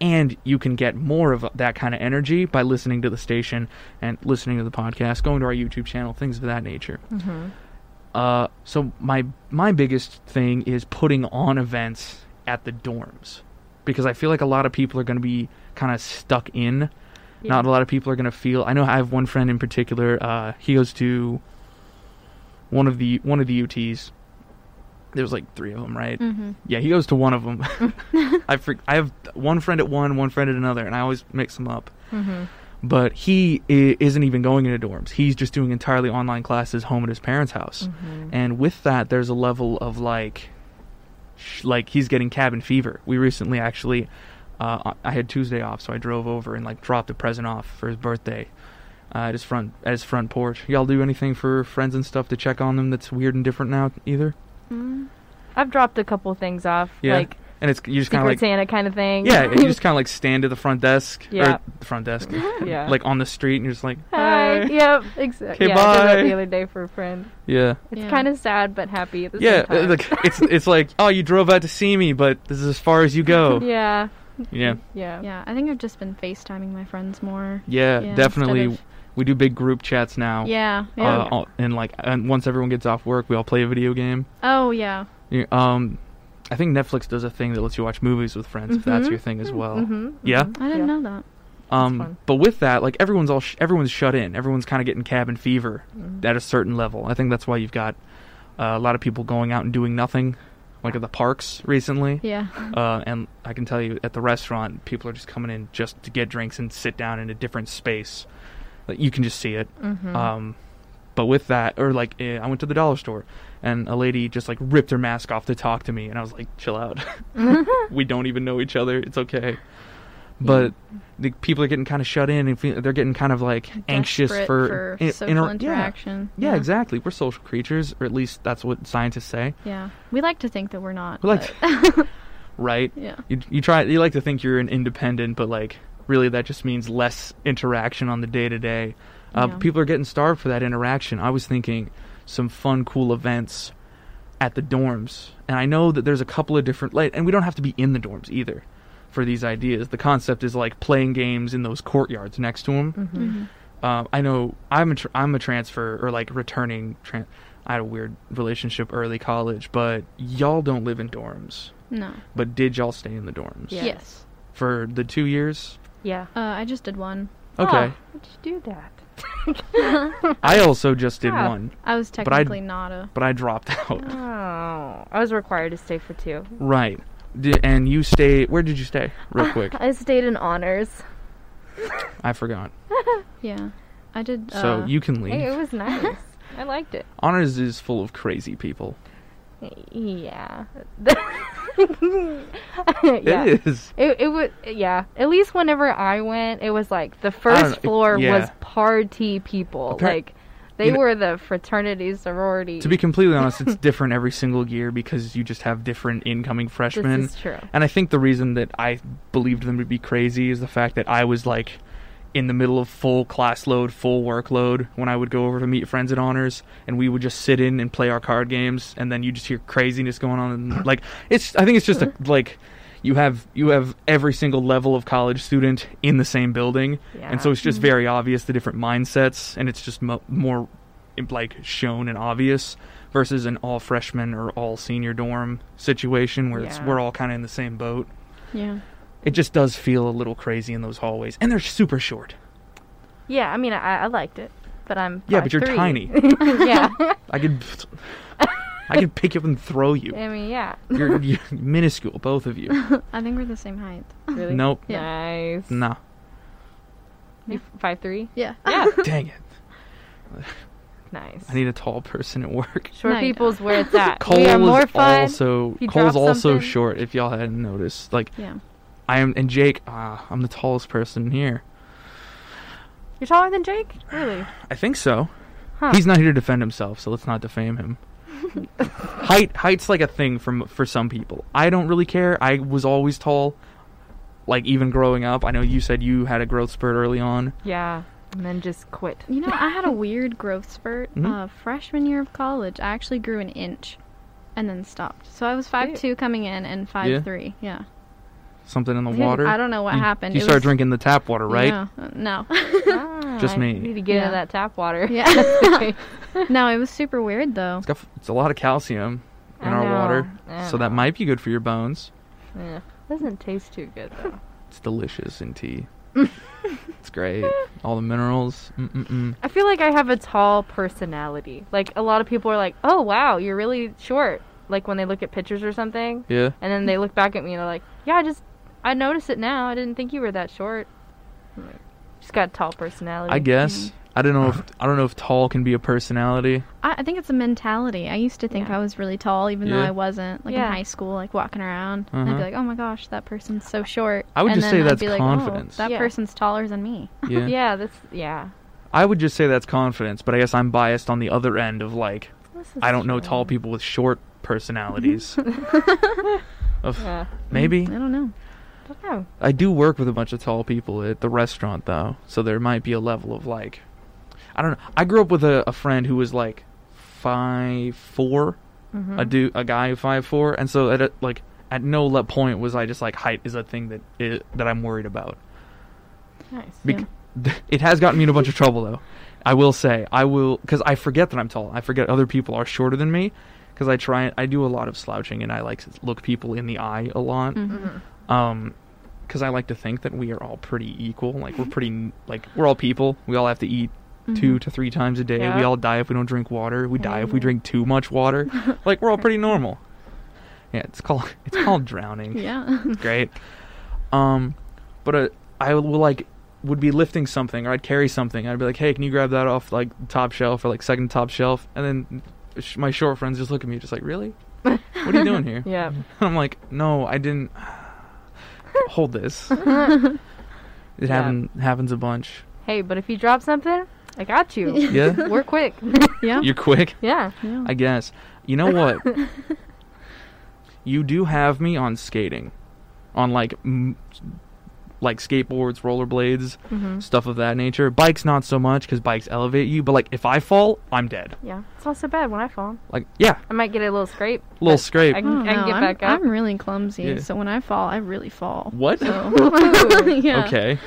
[SPEAKER 1] And you can get more of that kind of energy by listening to the station and listening to the podcast, going to our YouTube channel, things of that nature.
[SPEAKER 2] Mm-hmm.
[SPEAKER 1] Uh, so my my biggest thing is putting on events at the dorms because I feel like a lot of people are going to be kind of stuck in. Not a lot of people are going to feel. I know I have one friend in particular. Uh, he goes to one of the one of the UTs. There's like three of them, right?
[SPEAKER 3] Mm-hmm.
[SPEAKER 1] Yeah, he goes to one of them. I freak, I have one friend at one, one friend at another, and I always mix them up
[SPEAKER 2] Mm-hmm.
[SPEAKER 1] but he I- isn't even going into dorms. He's just doing entirely online classes home at his parents' house.
[SPEAKER 2] Mhm.
[SPEAKER 1] And with that, there's a level of like, sh- like he's getting cabin fever. We recently actually, uh, I had Tuesday off, so I drove over and like dropped a present off for his birthday. Uh, at his front, at his front porch. Y'all do anything for friends and stuff to check on them that's weird and different now, either. Mm-hmm.
[SPEAKER 3] Mm.
[SPEAKER 2] I've dropped a couple things off,
[SPEAKER 1] Yeah.
[SPEAKER 2] like
[SPEAKER 1] And it's you just kind of
[SPEAKER 2] Secret
[SPEAKER 1] like,
[SPEAKER 2] Santa kind of thing.
[SPEAKER 1] yeah, you just kind of like stand at the front desk,
[SPEAKER 2] Yeah.
[SPEAKER 1] or front desk,
[SPEAKER 2] yeah.
[SPEAKER 1] like on the street, and you're just like,
[SPEAKER 2] Hi.
[SPEAKER 1] "Hi."
[SPEAKER 2] Yep. Exactly.
[SPEAKER 1] 'Kay,
[SPEAKER 2] Yeah, I did
[SPEAKER 1] bye.
[SPEAKER 2] that the other day for a friend.
[SPEAKER 1] yeah.
[SPEAKER 2] It's
[SPEAKER 3] Yeah.
[SPEAKER 2] kind of sad but happy at the
[SPEAKER 1] yeah,
[SPEAKER 2] same time.
[SPEAKER 1] uh, like it's it's like oh you drove out to see me, but this is as far as you go.
[SPEAKER 2] yeah.
[SPEAKER 1] Yeah,
[SPEAKER 2] Yeah.
[SPEAKER 3] Yeah, I think I've just been FaceTiming my friends more.
[SPEAKER 1] yeah,
[SPEAKER 3] Yeah,
[SPEAKER 1] definitely.
[SPEAKER 3] instead
[SPEAKER 1] We do big group chats now.
[SPEAKER 3] Yeah.
[SPEAKER 1] Uh,
[SPEAKER 3] yeah.
[SPEAKER 1] all- and like and once everyone gets off work, we all play a video game.
[SPEAKER 3] oh yeah.
[SPEAKER 1] You- Um, I think Netflix does a thing that lets you watch movies with friends if that's
[SPEAKER 2] Mhm.
[SPEAKER 1] your thing as well.
[SPEAKER 2] Mm-hmm.
[SPEAKER 1] Yeah.
[SPEAKER 3] I didn't know that.
[SPEAKER 1] Um,
[SPEAKER 2] fun.
[SPEAKER 1] but with that, like everyone's all sh- everyone's shut in. Everyone's kind of getting cabin fever at a certain level. I think that's why you've got uh, a lot of people going out and doing nothing, like at the parks recently.
[SPEAKER 3] Yeah.
[SPEAKER 1] Uh, and I can tell you, at the restaurant, people are just coming in just to get drinks and sit down in a different space. Like, You can just see it.
[SPEAKER 2] Mm-hmm.
[SPEAKER 1] Um, But with that, or like, eh, I went to the dollar store, and a lady just like ripped her mask off to talk to me, and I was like, "Chill out, we don't even know each other. It's okay." But the people are getting kind of shut in, and feel, they're getting kind of like anxious
[SPEAKER 3] Desperate
[SPEAKER 1] for, in-
[SPEAKER 3] social
[SPEAKER 1] inter- yeah.
[SPEAKER 3] interaction.
[SPEAKER 1] Yeah, exactly. We're social creatures, or at least that's what scientists say,
[SPEAKER 3] Yeah, we like to think that we're not.
[SPEAKER 1] We like-
[SPEAKER 3] but-
[SPEAKER 1] right?
[SPEAKER 3] yeah,
[SPEAKER 1] You you try you like to think you're an independent, but like really that just means less interaction on the day to day. Uh,
[SPEAKER 3] Yeah.
[SPEAKER 1] People are getting starved for that interaction. I was thinking some fun, cool events at the dorms, and I know that there's a couple of different like, and we don't have to be in the dorms either for these ideas. The concept is like playing games in those courtyards next to
[SPEAKER 2] Mm-hmm.
[SPEAKER 1] them.
[SPEAKER 3] Mhm.
[SPEAKER 1] Uh, I know I'm a tr- I'm a transfer or like returning. Tran- I had a weird relationship early college, but y'all don't live in dorms.
[SPEAKER 3] no.
[SPEAKER 1] But did y'all stay in the dorms?
[SPEAKER 2] Yes.
[SPEAKER 3] Yes.
[SPEAKER 1] for the two years.
[SPEAKER 2] Yeah.
[SPEAKER 3] Uh, I just did one.
[SPEAKER 1] Okay,
[SPEAKER 2] Oh, would you do that?
[SPEAKER 1] I also just did
[SPEAKER 2] Yeah.
[SPEAKER 1] one,
[SPEAKER 3] I was
[SPEAKER 1] I'd-
[SPEAKER 3] technically not a.
[SPEAKER 1] but I dropped out.
[SPEAKER 2] Oh, I was required to stay for two.
[SPEAKER 1] Right, Di- and you stay. Where did you stay? Real quick,
[SPEAKER 2] I stayed in honors.
[SPEAKER 1] I forgot.
[SPEAKER 3] Yeah, I did. Uh,
[SPEAKER 1] So you can
[SPEAKER 2] Hey, it
[SPEAKER 1] leave.
[SPEAKER 2] was nice. I liked it.
[SPEAKER 1] Honors is full of crazy people.
[SPEAKER 2] Yeah. yeah.
[SPEAKER 1] It is.
[SPEAKER 2] It, it was yeah. At least whenever I went, it was like the first
[SPEAKER 1] know,
[SPEAKER 2] floor
[SPEAKER 1] yeah.
[SPEAKER 2] was party people.
[SPEAKER 1] Appar-
[SPEAKER 2] like they
[SPEAKER 1] you know-
[SPEAKER 2] were the fraternity sorority.
[SPEAKER 1] To be completely honest, it's different every single year because you just have different incoming
[SPEAKER 2] this
[SPEAKER 1] freshmen.
[SPEAKER 2] is true.
[SPEAKER 1] And I think the reason that I believed them to be crazy is the fact that I was like in the middle of full class load, full workload when I would go over to meet friends at honors and we would just sit in and play our card games and then you just hear craziness going on and like it's I think it's just a, like you have you have every single level of college student in the same building
[SPEAKER 2] Yeah.
[SPEAKER 1] and so it's just very obvious the different mindsets and it's just mo- more im- like shown and obvious versus an all freshman or all senior dorm situation where it's
[SPEAKER 2] Yeah.
[SPEAKER 1] we're all kind of in the same boat
[SPEAKER 3] yeah.
[SPEAKER 1] it just does feel a little crazy in those hallways and they're super short
[SPEAKER 2] yeah, I mean I, I liked it, but I'm
[SPEAKER 1] yeah but you're
[SPEAKER 2] 5'3".
[SPEAKER 1] tiny
[SPEAKER 2] yeah,
[SPEAKER 1] i could i could pick you up and throw you
[SPEAKER 2] I mean yeah.
[SPEAKER 1] you're, you're minuscule both of you
[SPEAKER 3] I think we're the same height.
[SPEAKER 2] Really?
[SPEAKER 1] nope
[SPEAKER 3] Yeah.
[SPEAKER 2] Nice.
[SPEAKER 1] nah
[SPEAKER 2] You five three.
[SPEAKER 3] Yeah.
[SPEAKER 2] Yeah.
[SPEAKER 1] dang it
[SPEAKER 2] nice.
[SPEAKER 1] i need a tall person at work
[SPEAKER 2] Short
[SPEAKER 3] No, you
[SPEAKER 2] people's where it's at.
[SPEAKER 1] Cole
[SPEAKER 2] we are more
[SPEAKER 1] is
[SPEAKER 2] fun.
[SPEAKER 1] also
[SPEAKER 2] He
[SPEAKER 1] Cole's
[SPEAKER 2] dropped
[SPEAKER 1] also
[SPEAKER 2] something.
[SPEAKER 1] short. If y'all hadn't noticed, like
[SPEAKER 3] Yeah.
[SPEAKER 1] I am, and Jake, ah, I'm the tallest person here.
[SPEAKER 2] You're taller than Jake? Really?
[SPEAKER 1] I think so.
[SPEAKER 2] Huh.
[SPEAKER 1] He's not here to defend himself, so let's not defame him. Height, height's like a thing from for some people. I don't really care. I was always tall, like even growing up. I know you said you had a growth spurt early on.
[SPEAKER 2] yeah. And then just quit.
[SPEAKER 3] You know, I had a weird growth spurt.
[SPEAKER 1] Mhm.
[SPEAKER 3] Uh, freshman year of college, I actually grew an inch, and then stopped. So I was five two coming in and five three. Yeah.
[SPEAKER 1] Something in the
[SPEAKER 2] Dude,
[SPEAKER 1] water.
[SPEAKER 3] I don't know what
[SPEAKER 1] you,
[SPEAKER 3] happened.
[SPEAKER 1] You
[SPEAKER 3] It
[SPEAKER 1] started
[SPEAKER 3] was-
[SPEAKER 1] drinking the tap water, right?
[SPEAKER 3] Yeah. Uh, No.
[SPEAKER 2] Ah,
[SPEAKER 1] Just
[SPEAKER 2] I
[SPEAKER 1] me.
[SPEAKER 2] Need to get
[SPEAKER 3] Yeah.
[SPEAKER 2] into that tap water.
[SPEAKER 3] yeah. no, it was super weird though.
[SPEAKER 1] It's got f- it's a lot of calcium in
[SPEAKER 2] I
[SPEAKER 1] our
[SPEAKER 2] know.
[SPEAKER 1] water,
[SPEAKER 2] I
[SPEAKER 1] so that
[SPEAKER 2] know.
[SPEAKER 1] might be good for your bones.
[SPEAKER 2] Yeah. Doesn't taste too good though.
[SPEAKER 1] It's delicious in tea. it's great. All the minerals. Mm-mm-mm.
[SPEAKER 2] I feel like I have a tall personality. Like a lot of people are like, "Oh wow, you're really short." Like when they look at pictures or something,
[SPEAKER 1] Yeah.
[SPEAKER 2] and then they look back at me and they're like, "Yeah, I just I noticed it now. I didn't think you were that short." I'm like, Just got a tall personality.
[SPEAKER 1] I guess. I don't know if I don't know if tall can be a personality.
[SPEAKER 3] I, I think it's a mentality. I used to think
[SPEAKER 2] Yeah.
[SPEAKER 3] I was really tall, even though
[SPEAKER 1] Yeah.
[SPEAKER 3] I wasn't. Like
[SPEAKER 2] Yeah.
[SPEAKER 3] in high school, like walking around, and I'd
[SPEAKER 1] Uh-huh.
[SPEAKER 3] be like, "Oh my gosh, that person's so short."
[SPEAKER 1] I would
[SPEAKER 3] and
[SPEAKER 1] just
[SPEAKER 3] then
[SPEAKER 1] say
[SPEAKER 3] I'd
[SPEAKER 1] that's
[SPEAKER 3] be like, "Oh,
[SPEAKER 1] confidence."
[SPEAKER 3] that
[SPEAKER 2] Yeah.
[SPEAKER 3] person's taller than me.
[SPEAKER 1] Yeah.
[SPEAKER 2] Yeah, that's yeah.
[SPEAKER 1] I would just say that's confidence, but I guess I'm biased on the other end of like
[SPEAKER 2] This is
[SPEAKER 1] I don't know
[SPEAKER 2] true.
[SPEAKER 1] tall people with short personalities. Ugh,
[SPEAKER 2] Yeah. Mm-hmm.
[SPEAKER 1] Maybe.
[SPEAKER 3] I don't know.
[SPEAKER 2] I don't know.
[SPEAKER 1] I do work with a bunch of tall people at the restaurant though, so there might be a level of like I don't know. I grew up with a, a friend who was like five four,
[SPEAKER 2] Mm-hmm.
[SPEAKER 1] a dude, a guy five four, and so at a, like at no le- point was I just like height is a thing that i that I'm worried about.
[SPEAKER 2] Nice.
[SPEAKER 1] Bec- It has gotten me in a bunch of trouble though. I will say I will because I forget that I'm tall. I forget other people are shorter than me because I try. I do a lot of slouching and I like look people in the eye a lot.
[SPEAKER 2] Mm-hmm.
[SPEAKER 3] Mhm.
[SPEAKER 1] Um, because I like to think that we are all pretty equal. Like we're pretty like we're all people. We all have to eat two to three times a day. We
[SPEAKER 2] Yeah.
[SPEAKER 1] all die if we don't drink water. We die if we
[SPEAKER 2] Mhm.
[SPEAKER 1] drink too much water. like we're all pretty normal. Yeah, it's called it's called drowning.
[SPEAKER 3] Yeah.
[SPEAKER 1] Great. Um, but uh, I will like would be lifting something or I'd carry something. I'd be like, "Hey, can you grab that off like top shelf or like second top shelf?" And then sh- my short friends just look at me, just like, "Really? What are you doing here?" Mm-hmm.
[SPEAKER 2] Yeah.
[SPEAKER 1] I'm like, "No, I didn't hold this." it happen- happens a bunch.
[SPEAKER 2] Hey, but if you drop something, I got you.
[SPEAKER 1] Yeah,
[SPEAKER 2] We're quick.
[SPEAKER 3] Yeah.
[SPEAKER 1] you're quick.
[SPEAKER 2] Yeah.
[SPEAKER 3] yeah.
[SPEAKER 1] I guess. You know what? you do have me on skating, on like m- like skateboards, rollerblades,
[SPEAKER 2] Mm-hmm.
[SPEAKER 1] stuff of that nature. Bikes not so much because bikes elevate you. But like if I fall, I'm dead.
[SPEAKER 2] Yeah. It's not so bad when I fall.
[SPEAKER 1] Like yeah,
[SPEAKER 2] I might get a little scrape.
[SPEAKER 1] little
[SPEAKER 2] but
[SPEAKER 1] scrape.
[SPEAKER 2] I can,
[SPEAKER 3] don't
[SPEAKER 2] I can
[SPEAKER 3] know,
[SPEAKER 2] get
[SPEAKER 3] Oh, I'm,
[SPEAKER 2] back up.
[SPEAKER 3] I'm really clumsy,
[SPEAKER 1] Yeah.
[SPEAKER 3] so when I fall, I really fall.
[SPEAKER 1] What?
[SPEAKER 3] So,
[SPEAKER 2] Ooh.
[SPEAKER 3] yeah.
[SPEAKER 1] Okay.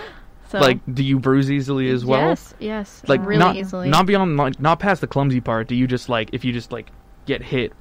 [SPEAKER 3] So,
[SPEAKER 1] Like do you bruise easily as well?
[SPEAKER 3] Yes, yes.
[SPEAKER 1] Like
[SPEAKER 3] really
[SPEAKER 1] not
[SPEAKER 3] easily.
[SPEAKER 1] not beyond like not past the clumsy part. Do you just like if you just like get hit?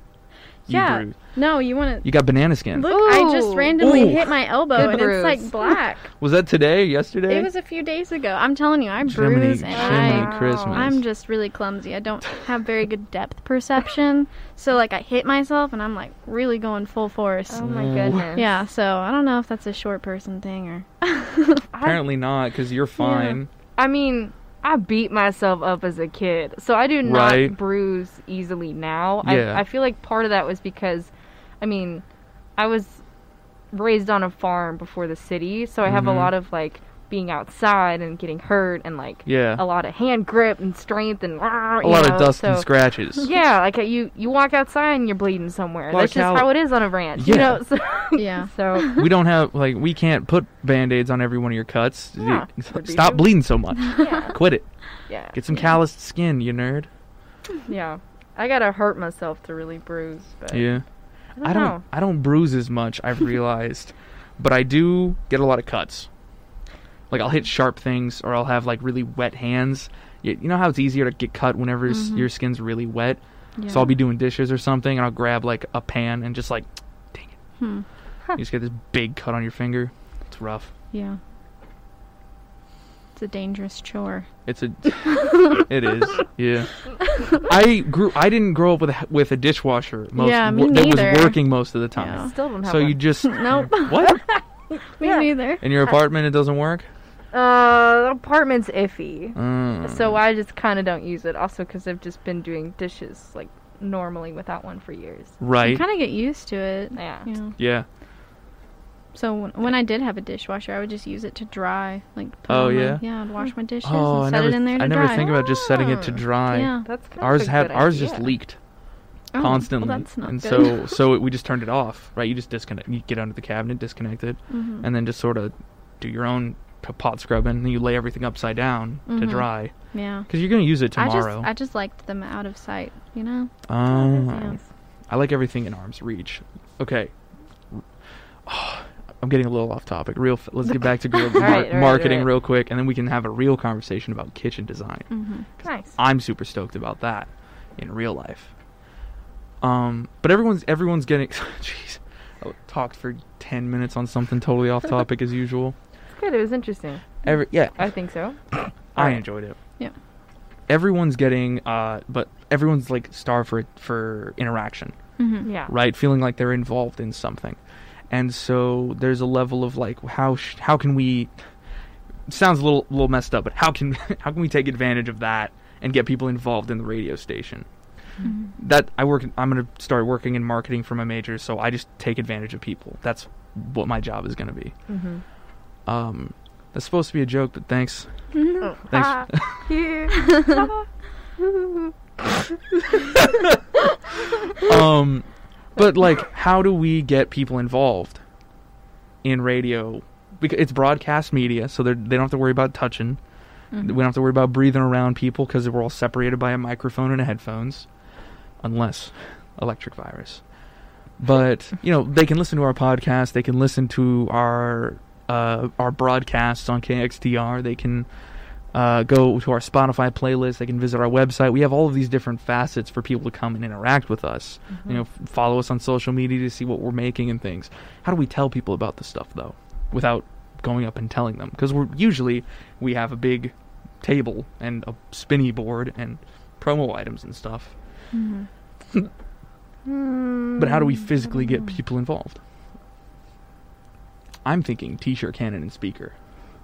[SPEAKER 1] You
[SPEAKER 3] Yeah.
[SPEAKER 1] bruise.
[SPEAKER 3] no, you want to.
[SPEAKER 1] You got banana skin.
[SPEAKER 3] Look, I just
[SPEAKER 2] Ooh.
[SPEAKER 3] randomly
[SPEAKER 1] Ooh.
[SPEAKER 3] hit my elbow,
[SPEAKER 2] Good
[SPEAKER 3] and
[SPEAKER 2] bruise.
[SPEAKER 3] it's like black.
[SPEAKER 1] Was that today? Yesterday?
[SPEAKER 3] It was a few days ago. I'm telling you, I
[SPEAKER 1] Jiminy-
[SPEAKER 3] bruise and
[SPEAKER 1] Jiminy
[SPEAKER 3] I.
[SPEAKER 2] Wow.
[SPEAKER 1] Christmas.
[SPEAKER 3] I'm just really clumsy. I don't have very good depth perception. So like I hit myself and I'm like really going full force.
[SPEAKER 2] Oh my
[SPEAKER 1] Ooh.
[SPEAKER 2] goodness.
[SPEAKER 3] Yeah, so I don't know if that's a short person thing or
[SPEAKER 2] I,
[SPEAKER 1] Apparently not, because you're fine.
[SPEAKER 2] I mean, I beat myself up as a kid, so I do not
[SPEAKER 1] Right.
[SPEAKER 2] bruise easily now.
[SPEAKER 1] Yeah.
[SPEAKER 2] I, I feel like part of that was because, I mean, I was raised on a farm before the city, so I have
[SPEAKER 1] Mhm.
[SPEAKER 2] a lot of like being outside and getting hurt and like
[SPEAKER 1] Yeah.
[SPEAKER 2] a lot of hand grip and strength and ah,
[SPEAKER 1] A
[SPEAKER 2] a
[SPEAKER 1] lot of dust and scratches.
[SPEAKER 2] Yeah, like uh, you you walk outside and you're bleeding somewhere.
[SPEAKER 1] Well,
[SPEAKER 2] That's just
[SPEAKER 1] Cal-
[SPEAKER 2] how it is on a ranch, you
[SPEAKER 1] Yeah.
[SPEAKER 2] know. So,
[SPEAKER 3] Yeah.
[SPEAKER 2] So
[SPEAKER 1] we don't have like we can't put band-aids on every one of your cuts.
[SPEAKER 2] Yeah.
[SPEAKER 1] You-
[SPEAKER 2] That'd be
[SPEAKER 1] Stop
[SPEAKER 2] true.
[SPEAKER 1] bleeding so much.
[SPEAKER 2] yeah,
[SPEAKER 1] Quit it.
[SPEAKER 2] yeah,
[SPEAKER 1] Get some calloused skin, you nerd.
[SPEAKER 2] yeah. I gotta hurt myself to really bruise, but
[SPEAKER 1] Yeah.
[SPEAKER 2] I
[SPEAKER 1] I
[SPEAKER 2] don't
[SPEAKER 1] don't
[SPEAKER 2] know.
[SPEAKER 1] I don't bruise as much, I've realized. but I do get a lot of cuts. Like I'll hit sharp things or I'll have like really wet hands. You, you know how it's easier to get cut whenever s
[SPEAKER 2] Mm-hmm.
[SPEAKER 3] Mhm.
[SPEAKER 1] your skin's really wet?
[SPEAKER 3] yeah.
[SPEAKER 1] So I'll be doing dishes or something and I'll grab like a pan and just like dang it.
[SPEAKER 3] Hmm.
[SPEAKER 1] You just get this big cut on your finger. It's rough.
[SPEAKER 3] Yeah. It's a dangerous chore.
[SPEAKER 1] It's a. it is. Yeah. I grew. I didn't grow up with a, with a dishwasher. Most,
[SPEAKER 3] Yeah, me
[SPEAKER 1] wo- that
[SPEAKER 3] neither.
[SPEAKER 1] was working most of the
[SPEAKER 3] Yeah.
[SPEAKER 1] time.
[SPEAKER 2] Still don't have
[SPEAKER 1] So
[SPEAKER 2] one.
[SPEAKER 1] you just
[SPEAKER 3] Nope.
[SPEAKER 1] what
[SPEAKER 3] Me
[SPEAKER 2] Yeah.
[SPEAKER 3] neither.
[SPEAKER 1] in your apartment? It doesn't work.
[SPEAKER 2] Uh, the apartment's iffy.
[SPEAKER 1] Mm.
[SPEAKER 2] So I just kind of don't use it. Also, because I've just been doing dishes like normally without one for years.
[SPEAKER 3] You
[SPEAKER 1] right.
[SPEAKER 3] kind of get used to it.
[SPEAKER 2] Yeah.
[SPEAKER 3] Yeah.
[SPEAKER 1] yeah.
[SPEAKER 3] So when, when I did have a dishwasher, I would just use it to dry, like put
[SPEAKER 1] Oh,
[SPEAKER 3] on my-
[SPEAKER 1] yeah?
[SPEAKER 3] yeah, I'd wash my dishes
[SPEAKER 1] Oh,
[SPEAKER 3] and
[SPEAKER 1] I
[SPEAKER 3] set
[SPEAKER 1] never.
[SPEAKER 3] it in there to
[SPEAKER 1] I never
[SPEAKER 3] dry. Oh.
[SPEAKER 1] think about just setting it to
[SPEAKER 2] Ah.
[SPEAKER 1] dry.
[SPEAKER 3] yeah.
[SPEAKER 2] That's kind
[SPEAKER 1] Ours
[SPEAKER 2] of a
[SPEAKER 1] had
[SPEAKER 2] good
[SPEAKER 1] ours
[SPEAKER 2] idea.
[SPEAKER 1] just leaked
[SPEAKER 3] Oh,
[SPEAKER 1] constantly,
[SPEAKER 3] Well, that's not
[SPEAKER 1] and
[SPEAKER 3] good.
[SPEAKER 1] so so it, we just turned it off. Right. You just disconnect. You get under the cabinet, disconnect it,
[SPEAKER 3] Mhm.
[SPEAKER 1] and then just sort of do your own p- pot scrubbing. And you lay everything upside down to
[SPEAKER 3] Mhm.
[SPEAKER 1] dry
[SPEAKER 3] yeah.
[SPEAKER 1] because you're gonna use it tomorrow.
[SPEAKER 3] I just I just liked them out of sight, you know.
[SPEAKER 2] Ah.
[SPEAKER 1] Oh,
[SPEAKER 3] Yeah.
[SPEAKER 1] I like everything in arm's reach. Okay. Oh, I'm getting a little off topic. Real, f- let's get back to guerrilla mar-
[SPEAKER 2] All right, all right,
[SPEAKER 1] marketing
[SPEAKER 2] all right.
[SPEAKER 1] real quick, and then we can have a real conversation about kitchen design.
[SPEAKER 3] Mm-hmm.
[SPEAKER 2] Nice.
[SPEAKER 1] I'm super stoked about that in real life. Um, but everyone's everyone's getting. Jeez, I talked for ten minutes on something totally off topic as usual.
[SPEAKER 2] It's good. It was interesting.
[SPEAKER 1] Every yeah,
[SPEAKER 2] I think so.
[SPEAKER 1] I
[SPEAKER 2] Alright.
[SPEAKER 1] enjoyed it.
[SPEAKER 3] Yeah.
[SPEAKER 1] Everyone's getting, uh, but everyone's like starved for for interaction.
[SPEAKER 3] Mm-hmm.
[SPEAKER 2] Yeah.
[SPEAKER 1] right feeling like they're involved in something and so there's a level of like how sh- how can we sounds a little little messed up but how can how can we take advantage of that and get people involved in the radio station that I work I'm going to start working in marketing for my major so I just take advantage of people that's what my job is going to be
[SPEAKER 2] Mm-hmm.
[SPEAKER 1] um that's supposed to be a joke but thanks
[SPEAKER 2] Oh.
[SPEAKER 1] Thanks.
[SPEAKER 2] Ah, here. Ooh.
[SPEAKER 1] um but like how do we get people involved in radio because it's broadcast media so they're, they don't have to worry about touching
[SPEAKER 3] Mm-hmm.
[SPEAKER 1] We don't have to worry about breathing around people because we're all separated by a microphone and headphones, unless electric virus. But you know, they can listen to our podcast. They can listen to our uh, our broadcasts on KXTR. They can uh, go to our Spotify playlist. They can visit our website. We have all of these different facets for people to come and interact with us. You know, f- follow us on social media to see what we're making and things. How do we tell people about this stuff though, without going up and telling them? Because we're usually we have a big table and a spinny board and promo items and stuff.
[SPEAKER 3] hmm
[SPEAKER 1] But how do we physically get people involved? I'm thinking t-shirt cannon and speaker.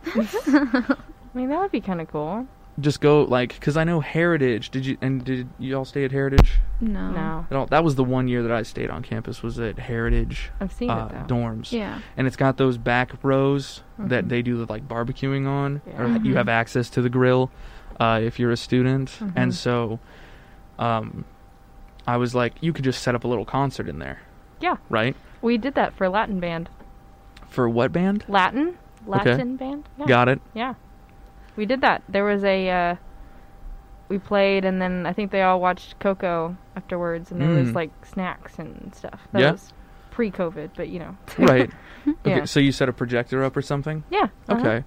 [SPEAKER 2] I mean, that would be kind of cool.
[SPEAKER 1] Just go like because I know Heritage. Did you and did you all stay at Heritage?
[SPEAKER 3] No.
[SPEAKER 2] No,
[SPEAKER 1] At all? That was the one year that I stayed on campus. Was at Heritage
[SPEAKER 2] I've seen
[SPEAKER 1] uh,
[SPEAKER 2] it though.
[SPEAKER 1] dorms.
[SPEAKER 3] Yeah.
[SPEAKER 1] and it's got those back rows
[SPEAKER 2] Mhm.
[SPEAKER 1] that they do the like barbecuing on,
[SPEAKER 2] Yeah. Mm-hmm.
[SPEAKER 1] or you
[SPEAKER 3] Mhm.
[SPEAKER 1] have access to the grill uh, if you're a student.
[SPEAKER 3] Mhm.
[SPEAKER 1] And so, um, I was like, you could just set up a little concert in there.
[SPEAKER 2] Yeah.
[SPEAKER 1] Right.
[SPEAKER 2] We did that for Latin band.
[SPEAKER 1] For what band?
[SPEAKER 2] Latin,
[SPEAKER 1] Okay.
[SPEAKER 2] Latin band. Yeah.
[SPEAKER 1] Got it.
[SPEAKER 2] Yeah. We did that. There was a uh we played and then I think they all watched Coco afterwards and there was
[SPEAKER 1] Mm.
[SPEAKER 2] like snacks and stuff. That
[SPEAKER 1] Yeah.
[SPEAKER 2] was pre-COVID, but you know.
[SPEAKER 1] Right.
[SPEAKER 2] Yeah.
[SPEAKER 1] Okay. So you set a projector up or something.
[SPEAKER 2] Yeah. uh-huh.
[SPEAKER 1] Okay.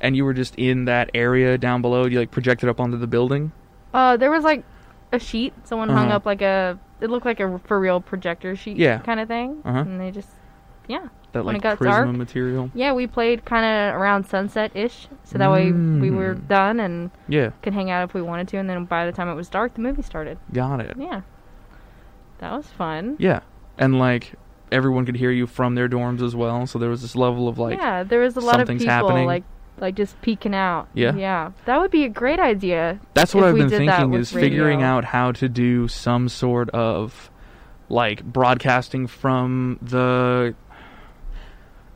[SPEAKER 1] And you were just in that area down below. You like projected up onto the building.
[SPEAKER 2] Uh there was like a sheet someone hung
[SPEAKER 1] Uh-huh.
[SPEAKER 2] up like a it looked like a for real projector sheet
[SPEAKER 1] Yeah.
[SPEAKER 2] kind of thing
[SPEAKER 1] Uh-huh.
[SPEAKER 2] and they just yeah.
[SPEAKER 1] That
[SPEAKER 2] When
[SPEAKER 1] like
[SPEAKER 2] it got
[SPEAKER 1] prisma
[SPEAKER 2] dark.
[SPEAKER 1] material.
[SPEAKER 2] Yeah, we played kind of around sunset ish, so that way we were
[SPEAKER 1] Mm.
[SPEAKER 2] done and
[SPEAKER 1] Yeah.
[SPEAKER 2] could hang out if we wanted to. And then by the time it was dark, the movie started.
[SPEAKER 1] Got it.
[SPEAKER 2] Yeah, that was fun.
[SPEAKER 1] Yeah. And like everyone could hear you from their dorms as well. So there was this level of like.
[SPEAKER 2] yeah, there was a lot of
[SPEAKER 1] something's
[SPEAKER 2] people
[SPEAKER 1] happening.
[SPEAKER 2] like like just peeking out.
[SPEAKER 1] Yeah.
[SPEAKER 2] yeah, that would be a great idea.
[SPEAKER 1] That's what
[SPEAKER 2] if
[SPEAKER 1] I've
[SPEAKER 2] we
[SPEAKER 1] been
[SPEAKER 2] did that
[SPEAKER 1] thinking
[SPEAKER 2] with
[SPEAKER 1] is figuring
[SPEAKER 2] radio.
[SPEAKER 1] out how to do some sort of like broadcasting from the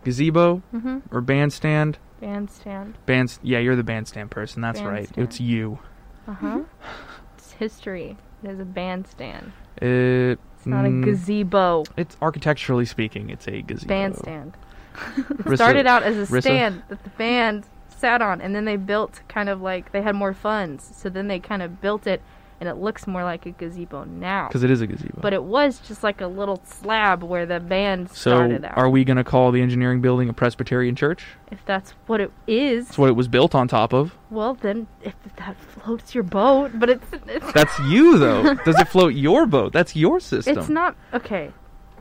[SPEAKER 1] gazebo
[SPEAKER 2] Mm-hmm.
[SPEAKER 1] or bandstand.
[SPEAKER 2] Bandstand.
[SPEAKER 1] Bands, yeah, you're the bandstand person. That's right.
[SPEAKER 2] Bandstand.
[SPEAKER 1] It's you.
[SPEAKER 2] Uh
[SPEAKER 1] Mm-hmm.
[SPEAKER 2] huh. it's history. There's a bandstand.
[SPEAKER 1] It,
[SPEAKER 2] It's not
[SPEAKER 1] mm,
[SPEAKER 2] a gazebo.
[SPEAKER 1] It's architecturally speaking, it's a gazebo.
[SPEAKER 2] Bandstand.
[SPEAKER 1] Rissa-
[SPEAKER 2] it started out as a
[SPEAKER 1] Rissa?
[SPEAKER 2] stand that the band sat on, and then they built kind of like they had more funds, so then they kind of built it, and it looks more like a gazebo now.
[SPEAKER 1] because it is a gazebo.
[SPEAKER 2] But it was just like a little slab where the band
[SPEAKER 1] so,
[SPEAKER 2] started out.
[SPEAKER 1] are we going to call the engineering building a Presbyterian church?
[SPEAKER 2] if that's what it is,
[SPEAKER 1] That's what it was built on top of.
[SPEAKER 2] Well, then if that floats your boat, but it's it's,
[SPEAKER 1] That's you, though. Does it float your boat? That's your system.
[SPEAKER 2] it's not okay.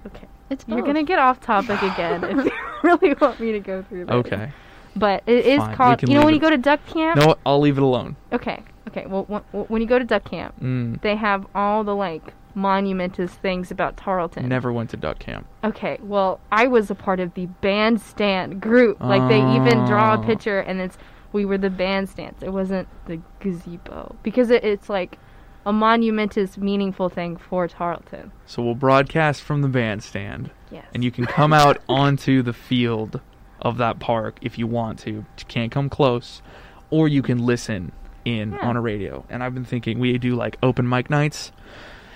[SPEAKER 2] Okay,
[SPEAKER 3] It's both.
[SPEAKER 2] you're gonna get off topic again if you Oh. really want me to go through. That.
[SPEAKER 1] Okay.
[SPEAKER 2] but it is
[SPEAKER 1] Fine, we
[SPEAKER 2] called.
[SPEAKER 1] can
[SPEAKER 2] You know when
[SPEAKER 1] leave
[SPEAKER 2] you go to duck camp.
[SPEAKER 1] No, I'll leave it alone.
[SPEAKER 2] Okay, okay. Well, when, when you go to duck camp,
[SPEAKER 1] Mm.
[SPEAKER 2] they have all the like monumentous things about Tarleton.
[SPEAKER 1] Never went to duck camp.
[SPEAKER 2] Okay, well, I was a part of the bandstand group. Like they even draw
[SPEAKER 1] Oh.
[SPEAKER 2] a picture, and it's we were the bandstands. It wasn't the gazebo because it, it's like a monumentous, meaningful thing for Tarleton.
[SPEAKER 1] So we'll broadcast from the bandstand,
[SPEAKER 2] Yes.
[SPEAKER 1] and you can come out onto the field of that park if you want to. You can't come close, or you can listen in
[SPEAKER 2] Yeah.
[SPEAKER 1] on a radio. And I've been thinking we do like open mic nights.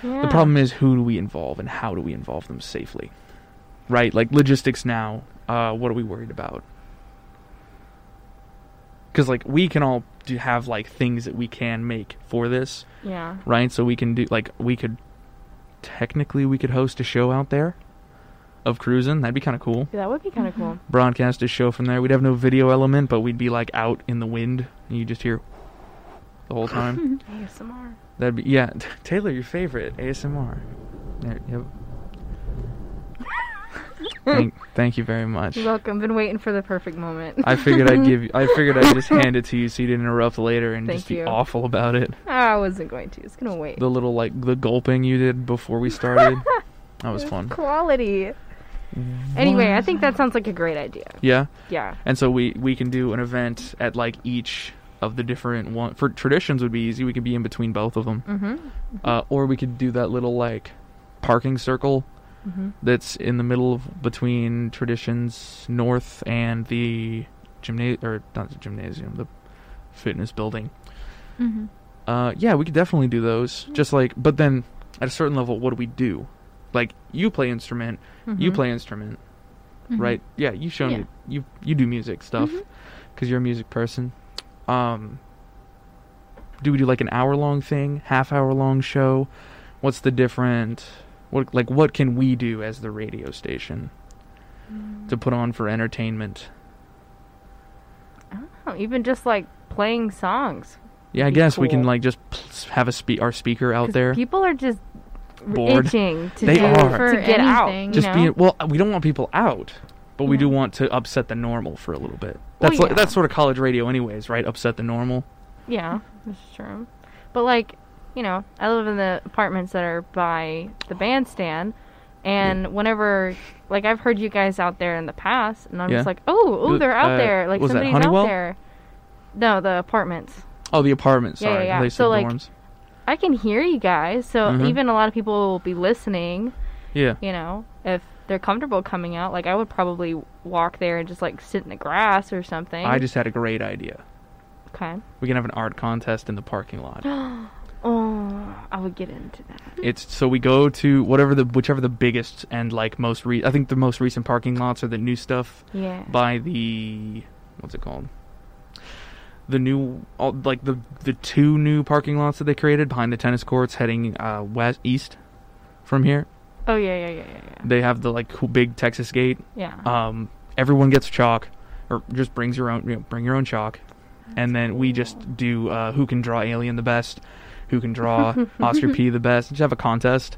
[SPEAKER 2] yeah.
[SPEAKER 1] The problem is who do we involve and how do we involve them safely? Right? Like logistics now. Uh, what are we worried about? Because like we can all do have like things that we can make for this,
[SPEAKER 2] Yeah.
[SPEAKER 1] right? So we can do like we could technically we could host a show out there of cruising. That'd be kind of cool.
[SPEAKER 2] That would be kind of cool.
[SPEAKER 1] Broadcast a show from there. We'd have no video element, but we'd be like out in the wind and you just hear the whole time.
[SPEAKER 2] Mm-hmm. ASMR.
[SPEAKER 1] That'd be yeah. Taylor, your favorite ASMR. There, yep. thank, thank you very much.
[SPEAKER 2] You're welcome. Been waiting for the perfect moment.
[SPEAKER 1] I figured I'd give you. I figured I'd just hand it to you so you didn't interrupt later and
[SPEAKER 2] Thank
[SPEAKER 1] just be
[SPEAKER 2] you.
[SPEAKER 1] awful about it.
[SPEAKER 2] I wasn't going to. It's gonna wait.
[SPEAKER 1] The little like the gulping you did before we started. That was
[SPEAKER 2] It's
[SPEAKER 1] fun.
[SPEAKER 2] Quality. Anyway, I think that sounds like a great idea.
[SPEAKER 1] Yeah,
[SPEAKER 2] Yeah.
[SPEAKER 1] and so we we can do an event at like each of the different one for traditions would be easy. We could be in between both of them,
[SPEAKER 2] Mm-hmm.
[SPEAKER 1] uh, or we could do that little like parking circle
[SPEAKER 2] Mm-hmm.
[SPEAKER 1] that's in the middle of between traditions north and the gymnasium or not the gymnasium the fitness building
[SPEAKER 3] hmm
[SPEAKER 1] uh yeah we could definitely do those just like but then at a certain level what do we do like you play instrument
[SPEAKER 2] Mm-hmm.
[SPEAKER 1] you play instrument right yeah you show
[SPEAKER 3] Yeah.
[SPEAKER 1] me you you do music stuff
[SPEAKER 3] Mhm.
[SPEAKER 2] Mm-hmm.
[SPEAKER 1] because you're a music person um do we do like an hour long thing half hour long show what's the different what like what can we do as the radio station to put on for entertainment.
[SPEAKER 2] Oh, even just like playing songs.
[SPEAKER 1] Yeah, I
[SPEAKER 2] Be
[SPEAKER 1] guess we can
[SPEAKER 2] cool.
[SPEAKER 1] like just pl- have a spe- our speaker
[SPEAKER 2] 'Cause
[SPEAKER 1] out there.
[SPEAKER 2] People are just
[SPEAKER 1] Bored.
[SPEAKER 2] itching to
[SPEAKER 1] They
[SPEAKER 2] do,
[SPEAKER 1] are.
[SPEAKER 2] to
[SPEAKER 3] For
[SPEAKER 2] get
[SPEAKER 3] anything.
[SPEAKER 2] out.
[SPEAKER 1] just
[SPEAKER 2] you know?
[SPEAKER 1] being well, we don't want people out, but we
[SPEAKER 3] Yeah.
[SPEAKER 1] do want to upset the normal for a little bit.
[SPEAKER 2] Well,
[SPEAKER 1] That's like,
[SPEAKER 2] yeah.
[SPEAKER 1] that's sort of college radio, anyways, right? Upset the normal.
[SPEAKER 2] yeah, that's true. But like, you know, I live in the apartments that are by the bandstand, and whenever, like, I've heard you guys out there in the past, and I'm
[SPEAKER 1] Yeah.
[SPEAKER 2] just like, oh, oh,
[SPEAKER 1] You-
[SPEAKER 2] they're out
[SPEAKER 1] uh,
[SPEAKER 2] there, like
[SPEAKER 1] was that
[SPEAKER 2] somebody's out
[SPEAKER 1] Honeywell?
[SPEAKER 2] there. No, the apartments.
[SPEAKER 1] Oh, the apartment.
[SPEAKER 2] Yeah,
[SPEAKER 1] Sorry,
[SPEAKER 2] yeah, yeah.
[SPEAKER 1] they said
[SPEAKER 2] So, like-
[SPEAKER 1] dorms.
[SPEAKER 2] I can hear you guys, so
[SPEAKER 1] Mhm.
[SPEAKER 2] even a lot of people will be listening.
[SPEAKER 1] Yeah.
[SPEAKER 2] You know, if they're comfortable coming out, like I would probably walk there and just like sit in the grass or something.
[SPEAKER 1] I just had a great idea.
[SPEAKER 2] okay.
[SPEAKER 1] We can have an art contest in the parking lot.
[SPEAKER 2] Oh, I would get into that.
[SPEAKER 1] It's so we go to whatever the whichever the biggest and like most re- I think the most recent parking lots are the new stuff
[SPEAKER 2] Yeah.
[SPEAKER 1] by the what's it called? The new all, like the the two new parking lots that they created behind the tennis courts heading uh west east from here.
[SPEAKER 2] Oh yeah, yeah, yeah, yeah,
[SPEAKER 1] They have the like cool big Texas gate.
[SPEAKER 2] yeah. Yeah.
[SPEAKER 1] Um everyone gets chalk or just brings your own you know, bring your own chalk and then we just do uh who can draw alien the best, who can draw Oscar P the best. Just have a contest.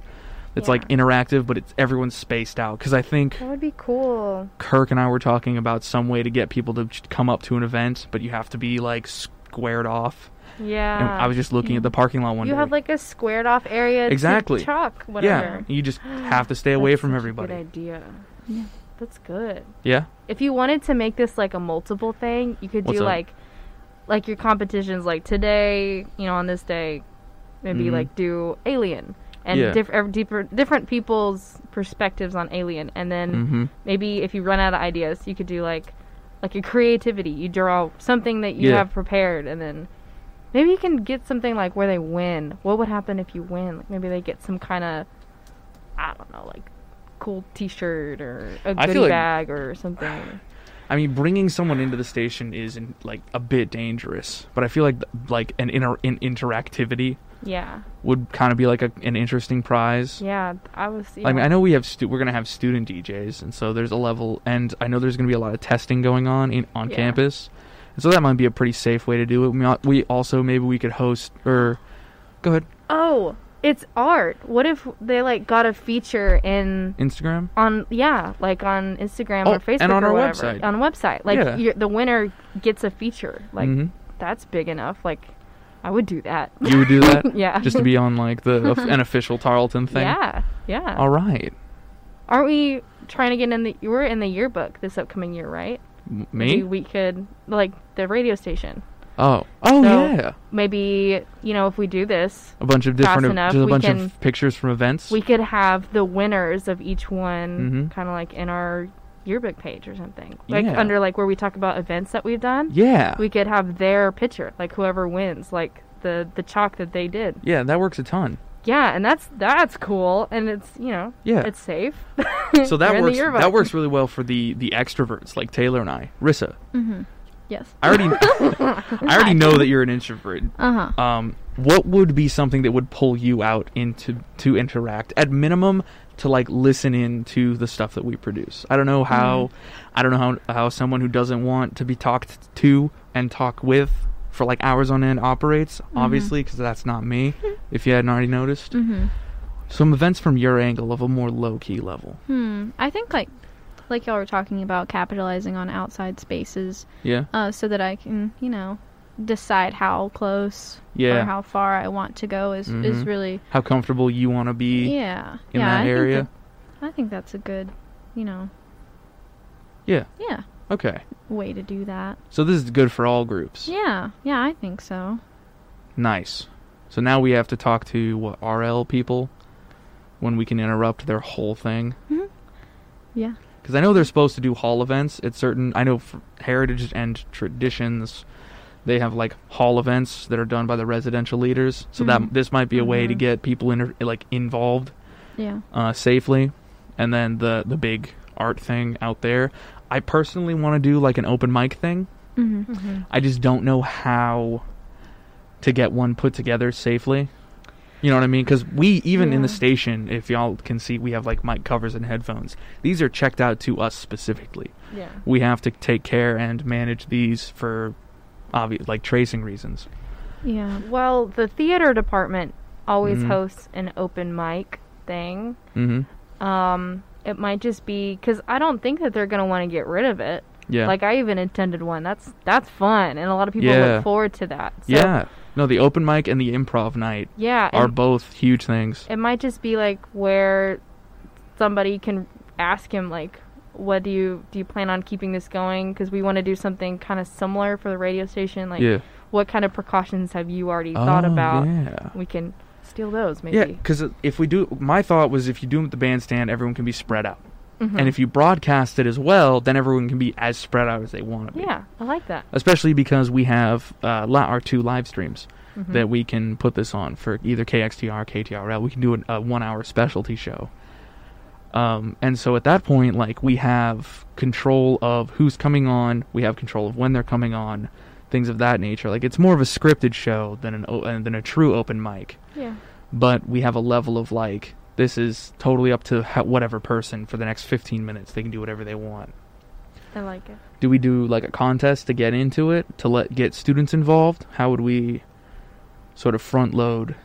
[SPEAKER 1] It's like
[SPEAKER 2] Yeah.
[SPEAKER 1] interactive, but it's everyone's spaced out because I think
[SPEAKER 2] that would be cool.
[SPEAKER 1] Kirk and I were talking about some way to get people to j- come up to an event, but you have to be like squared off.
[SPEAKER 2] Yeah.
[SPEAKER 1] and I was just looking at the parking lot one
[SPEAKER 2] Ah, hmm. you
[SPEAKER 1] day.
[SPEAKER 2] have like a squared off area
[SPEAKER 1] Exactly.
[SPEAKER 2] to chalk
[SPEAKER 1] yeah,
[SPEAKER 2] whatever.
[SPEAKER 1] you just have to stay away
[SPEAKER 2] That's
[SPEAKER 1] from
[SPEAKER 2] such a
[SPEAKER 1] everybody.
[SPEAKER 2] Good idea.
[SPEAKER 3] Yeah.
[SPEAKER 2] That's good.
[SPEAKER 1] Yeah,
[SPEAKER 2] If you wanted to make this like a multiple thing, you could
[SPEAKER 1] What's
[SPEAKER 2] do
[SPEAKER 1] that?
[SPEAKER 2] like like your competitions like today, you know, on this day maybe
[SPEAKER 1] Mhm.
[SPEAKER 2] like do alien and
[SPEAKER 1] Yeah.
[SPEAKER 2] diff- ev- deeper, different people's perspectives on alien and then
[SPEAKER 1] mm-hmm.
[SPEAKER 2] maybe if you run out of ideas, you could do like like your creativity. You draw something that you
[SPEAKER 1] Yeah.
[SPEAKER 2] have prepared, and then maybe you can get something like where they win. What would happen if you win? Like maybe they get some kind of I don't know, like cool T-shirt or a
[SPEAKER 1] I feel
[SPEAKER 2] goodie
[SPEAKER 1] like-
[SPEAKER 2] bag or something.
[SPEAKER 1] I mean, bringing someone into the station is in, like a bit dangerous, but I feel like like an inter- in interactivity
[SPEAKER 2] Yeah,
[SPEAKER 1] would kind of be like a, an interesting prize.
[SPEAKER 2] yeah. I was. Yeah.
[SPEAKER 1] I mean, I know we have stu- we're gonna have student DJs, and so there's a level, and I know there's gonna be a lot of testing going on in, on
[SPEAKER 2] Yeah.
[SPEAKER 1] campus, and so that might be a pretty safe way to do it. We, al- we also maybe we could host or go ahead
[SPEAKER 2] Oh, it's art. What if they like got a feature in
[SPEAKER 1] Instagram.
[SPEAKER 2] on yeah, like on Instagram
[SPEAKER 1] Oh,
[SPEAKER 2] or Facebook
[SPEAKER 1] and on
[SPEAKER 2] or
[SPEAKER 1] our
[SPEAKER 2] whatever.
[SPEAKER 1] website.
[SPEAKER 2] On website, like
[SPEAKER 1] Yeah.
[SPEAKER 2] you're, the winner gets a feature. Like
[SPEAKER 1] Mhm.
[SPEAKER 2] that's big enough. Like I would do that.
[SPEAKER 1] you would do that
[SPEAKER 2] yeah.
[SPEAKER 1] just to be on like the an official Tarleton thing.
[SPEAKER 2] Yeah. Yeah.
[SPEAKER 1] All right,
[SPEAKER 2] Aren't we trying to get in the? We're in the yearbook this upcoming year, right?
[SPEAKER 1] M- me.
[SPEAKER 2] Maybe we could like the radio station.
[SPEAKER 1] Oh, oh
[SPEAKER 2] So-
[SPEAKER 1] yeah,
[SPEAKER 2] Maybe you know if we do this,
[SPEAKER 1] a bunch of different,
[SPEAKER 2] Fast enough,
[SPEAKER 1] just a
[SPEAKER 2] we
[SPEAKER 1] bunch
[SPEAKER 2] can-
[SPEAKER 1] of pictures from events.
[SPEAKER 2] we could have the winners of each one
[SPEAKER 1] Mhm.
[SPEAKER 2] kind of like in our yearbook page or something, like
[SPEAKER 1] Yeah.
[SPEAKER 2] under like where we talk about events that we've done.
[SPEAKER 1] yeah,
[SPEAKER 2] We could have their picture, like whoever wins, like the the chalk that they did.
[SPEAKER 1] yeah, that works a ton.
[SPEAKER 2] Yeah, and that's that's cool, and it's you know
[SPEAKER 1] Yeah,
[SPEAKER 2] it's safe.
[SPEAKER 1] so that
[SPEAKER 2] You're in the
[SPEAKER 1] works.
[SPEAKER 2] yearbook.
[SPEAKER 1] That works really well for the the extroverts like Taylor and I, Rissa.
[SPEAKER 3] Mm-hmm. Yes.
[SPEAKER 1] I already, Uh-huh. I already know that you're an introvert.
[SPEAKER 3] Uh huh.
[SPEAKER 1] Um, what would be something that would pull you out into to interact at minimum to like listen in to the stuff that we produce? I don't know how,
[SPEAKER 3] Mm-hmm.
[SPEAKER 1] I don't know how how someone who doesn't want to be talked to and talk with for like hours on end operates. Obviously, because that's not me. if you hadn't already noticed,
[SPEAKER 3] Mm-hmm.
[SPEAKER 1] some events from your angle of a more low key level.
[SPEAKER 3] Hmm. I think like like y'all were talking about capitalizing on outside spaces,
[SPEAKER 1] Yeah,
[SPEAKER 3] uh, so that I can you know decide how close or
[SPEAKER 1] yeah. How,
[SPEAKER 3] how far I want to go is is
[SPEAKER 1] Mhm.
[SPEAKER 3] really
[SPEAKER 1] comfortable you want to be
[SPEAKER 3] yeah
[SPEAKER 1] in
[SPEAKER 3] yeah I
[SPEAKER 1] that
[SPEAKER 3] think
[SPEAKER 1] area.
[SPEAKER 3] that- I think that's a good you know
[SPEAKER 1] Yeah.
[SPEAKER 3] yeah
[SPEAKER 1] Okay.
[SPEAKER 3] way to do that
[SPEAKER 1] So this is good for all groups.
[SPEAKER 3] yeah yeah I think so
[SPEAKER 1] Nice. So now we have to talk to what RL people when we can interrupt their whole thing.
[SPEAKER 3] Mhm. Yeah.
[SPEAKER 1] Because I know they're supposed to do hall events at certain. I know for heritage and traditions, they have like hall events that are done by the residential leaders. So
[SPEAKER 3] Mhm.
[SPEAKER 1] that this might be a way to
[SPEAKER 2] Mhm.
[SPEAKER 1] get people inter, like involved
[SPEAKER 3] yeah
[SPEAKER 1] uh, safely. And then the the big art thing out there. I personally want to do like an open mic thing.
[SPEAKER 3] mm-hmm.
[SPEAKER 1] I just don't know how to get one put together safely. You know what I mean? Because we, even in the
[SPEAKER 2] Yeah.
[SPEAKER 1] station, if y'all can see, we have like mic covers and headphones. These are checked out to us specifically.
[SPEAKER 2] Yeah.
[SPEAKER 1] We have to take care and manage these for obvious, like tracing reasons.
[SPEAKER 3] yeah
[SPEAKER 2] Well, the theater department always
[SPEAKER 1] Mhm.
[SPEAKER 2] hosts an open mic thing.
[SPEAKER 1] Mm-hmm.
[SPEAKER 2] Um, it might just be because I don't think that they're gonna want to get rid of it.
[SPEAKER 1] Yeah.
[SPEAKER 2] Like I even attended one. That's that's fun, and a lot of people
[SPEAKER 1] Yeah.
[SPEAKER 2] look forward to that. So,
[SPEAKER 1] yeah. No, the open mic and the improv night
[SPEAKER 2] Yeah.
[SPEAKER 1] are
[SPEAKER 2] and
[SPEAKER 1] both huge things.
[SPEAKER 2] it might just be like where somebody can ask him like what do you do you plan on keeping this going because we want to do something kind of similar for the radio station like
[SPEAKER 1] yeah.
[SPEAKER 2] what kind of precautions have you already thought
[SPEAKER 1] Oh,
[SPEAKER 2] about
[SPEAKER 1] Yeah.
[SPEAKER 2] we can steal those
[SPEAKER 1] Yeah,
[SPEAKER 2] maybe
[SPEAKER 1] because if we do, my thought was if you do them at the bandstand, everyone can be spread out,
[SPEAKER 2] Mhm.
[SPEAKER 1] and if you broadcast it as well, then everyone can be as spread out as they want to be.
[SPEAKER 2] yeah i like that
[SPEAKER 1] Especially because we have uh, li- our two live streams
[SPEAKER 2] Mhm.
[SPEAKER 1] that we can put this on for either KXTR or KTRL. We can do an, a one-hour specialty show. Um, and so at that point, like we have control of who's coming on, we have control of when they're coming on, things of that nature. Like it's more of a scripted show than an o- uh, than a true open mic
[SPEAKER 2] yeah
[SPEAKER 1] but we have a level of like this is totally up to ho- whatever person for the next 15 minutes they can do whatever they want
[SPEAKER 2] i like it
[SPEAKER 1] do we do like a contest to get into it to let get students involved how would we sort of front load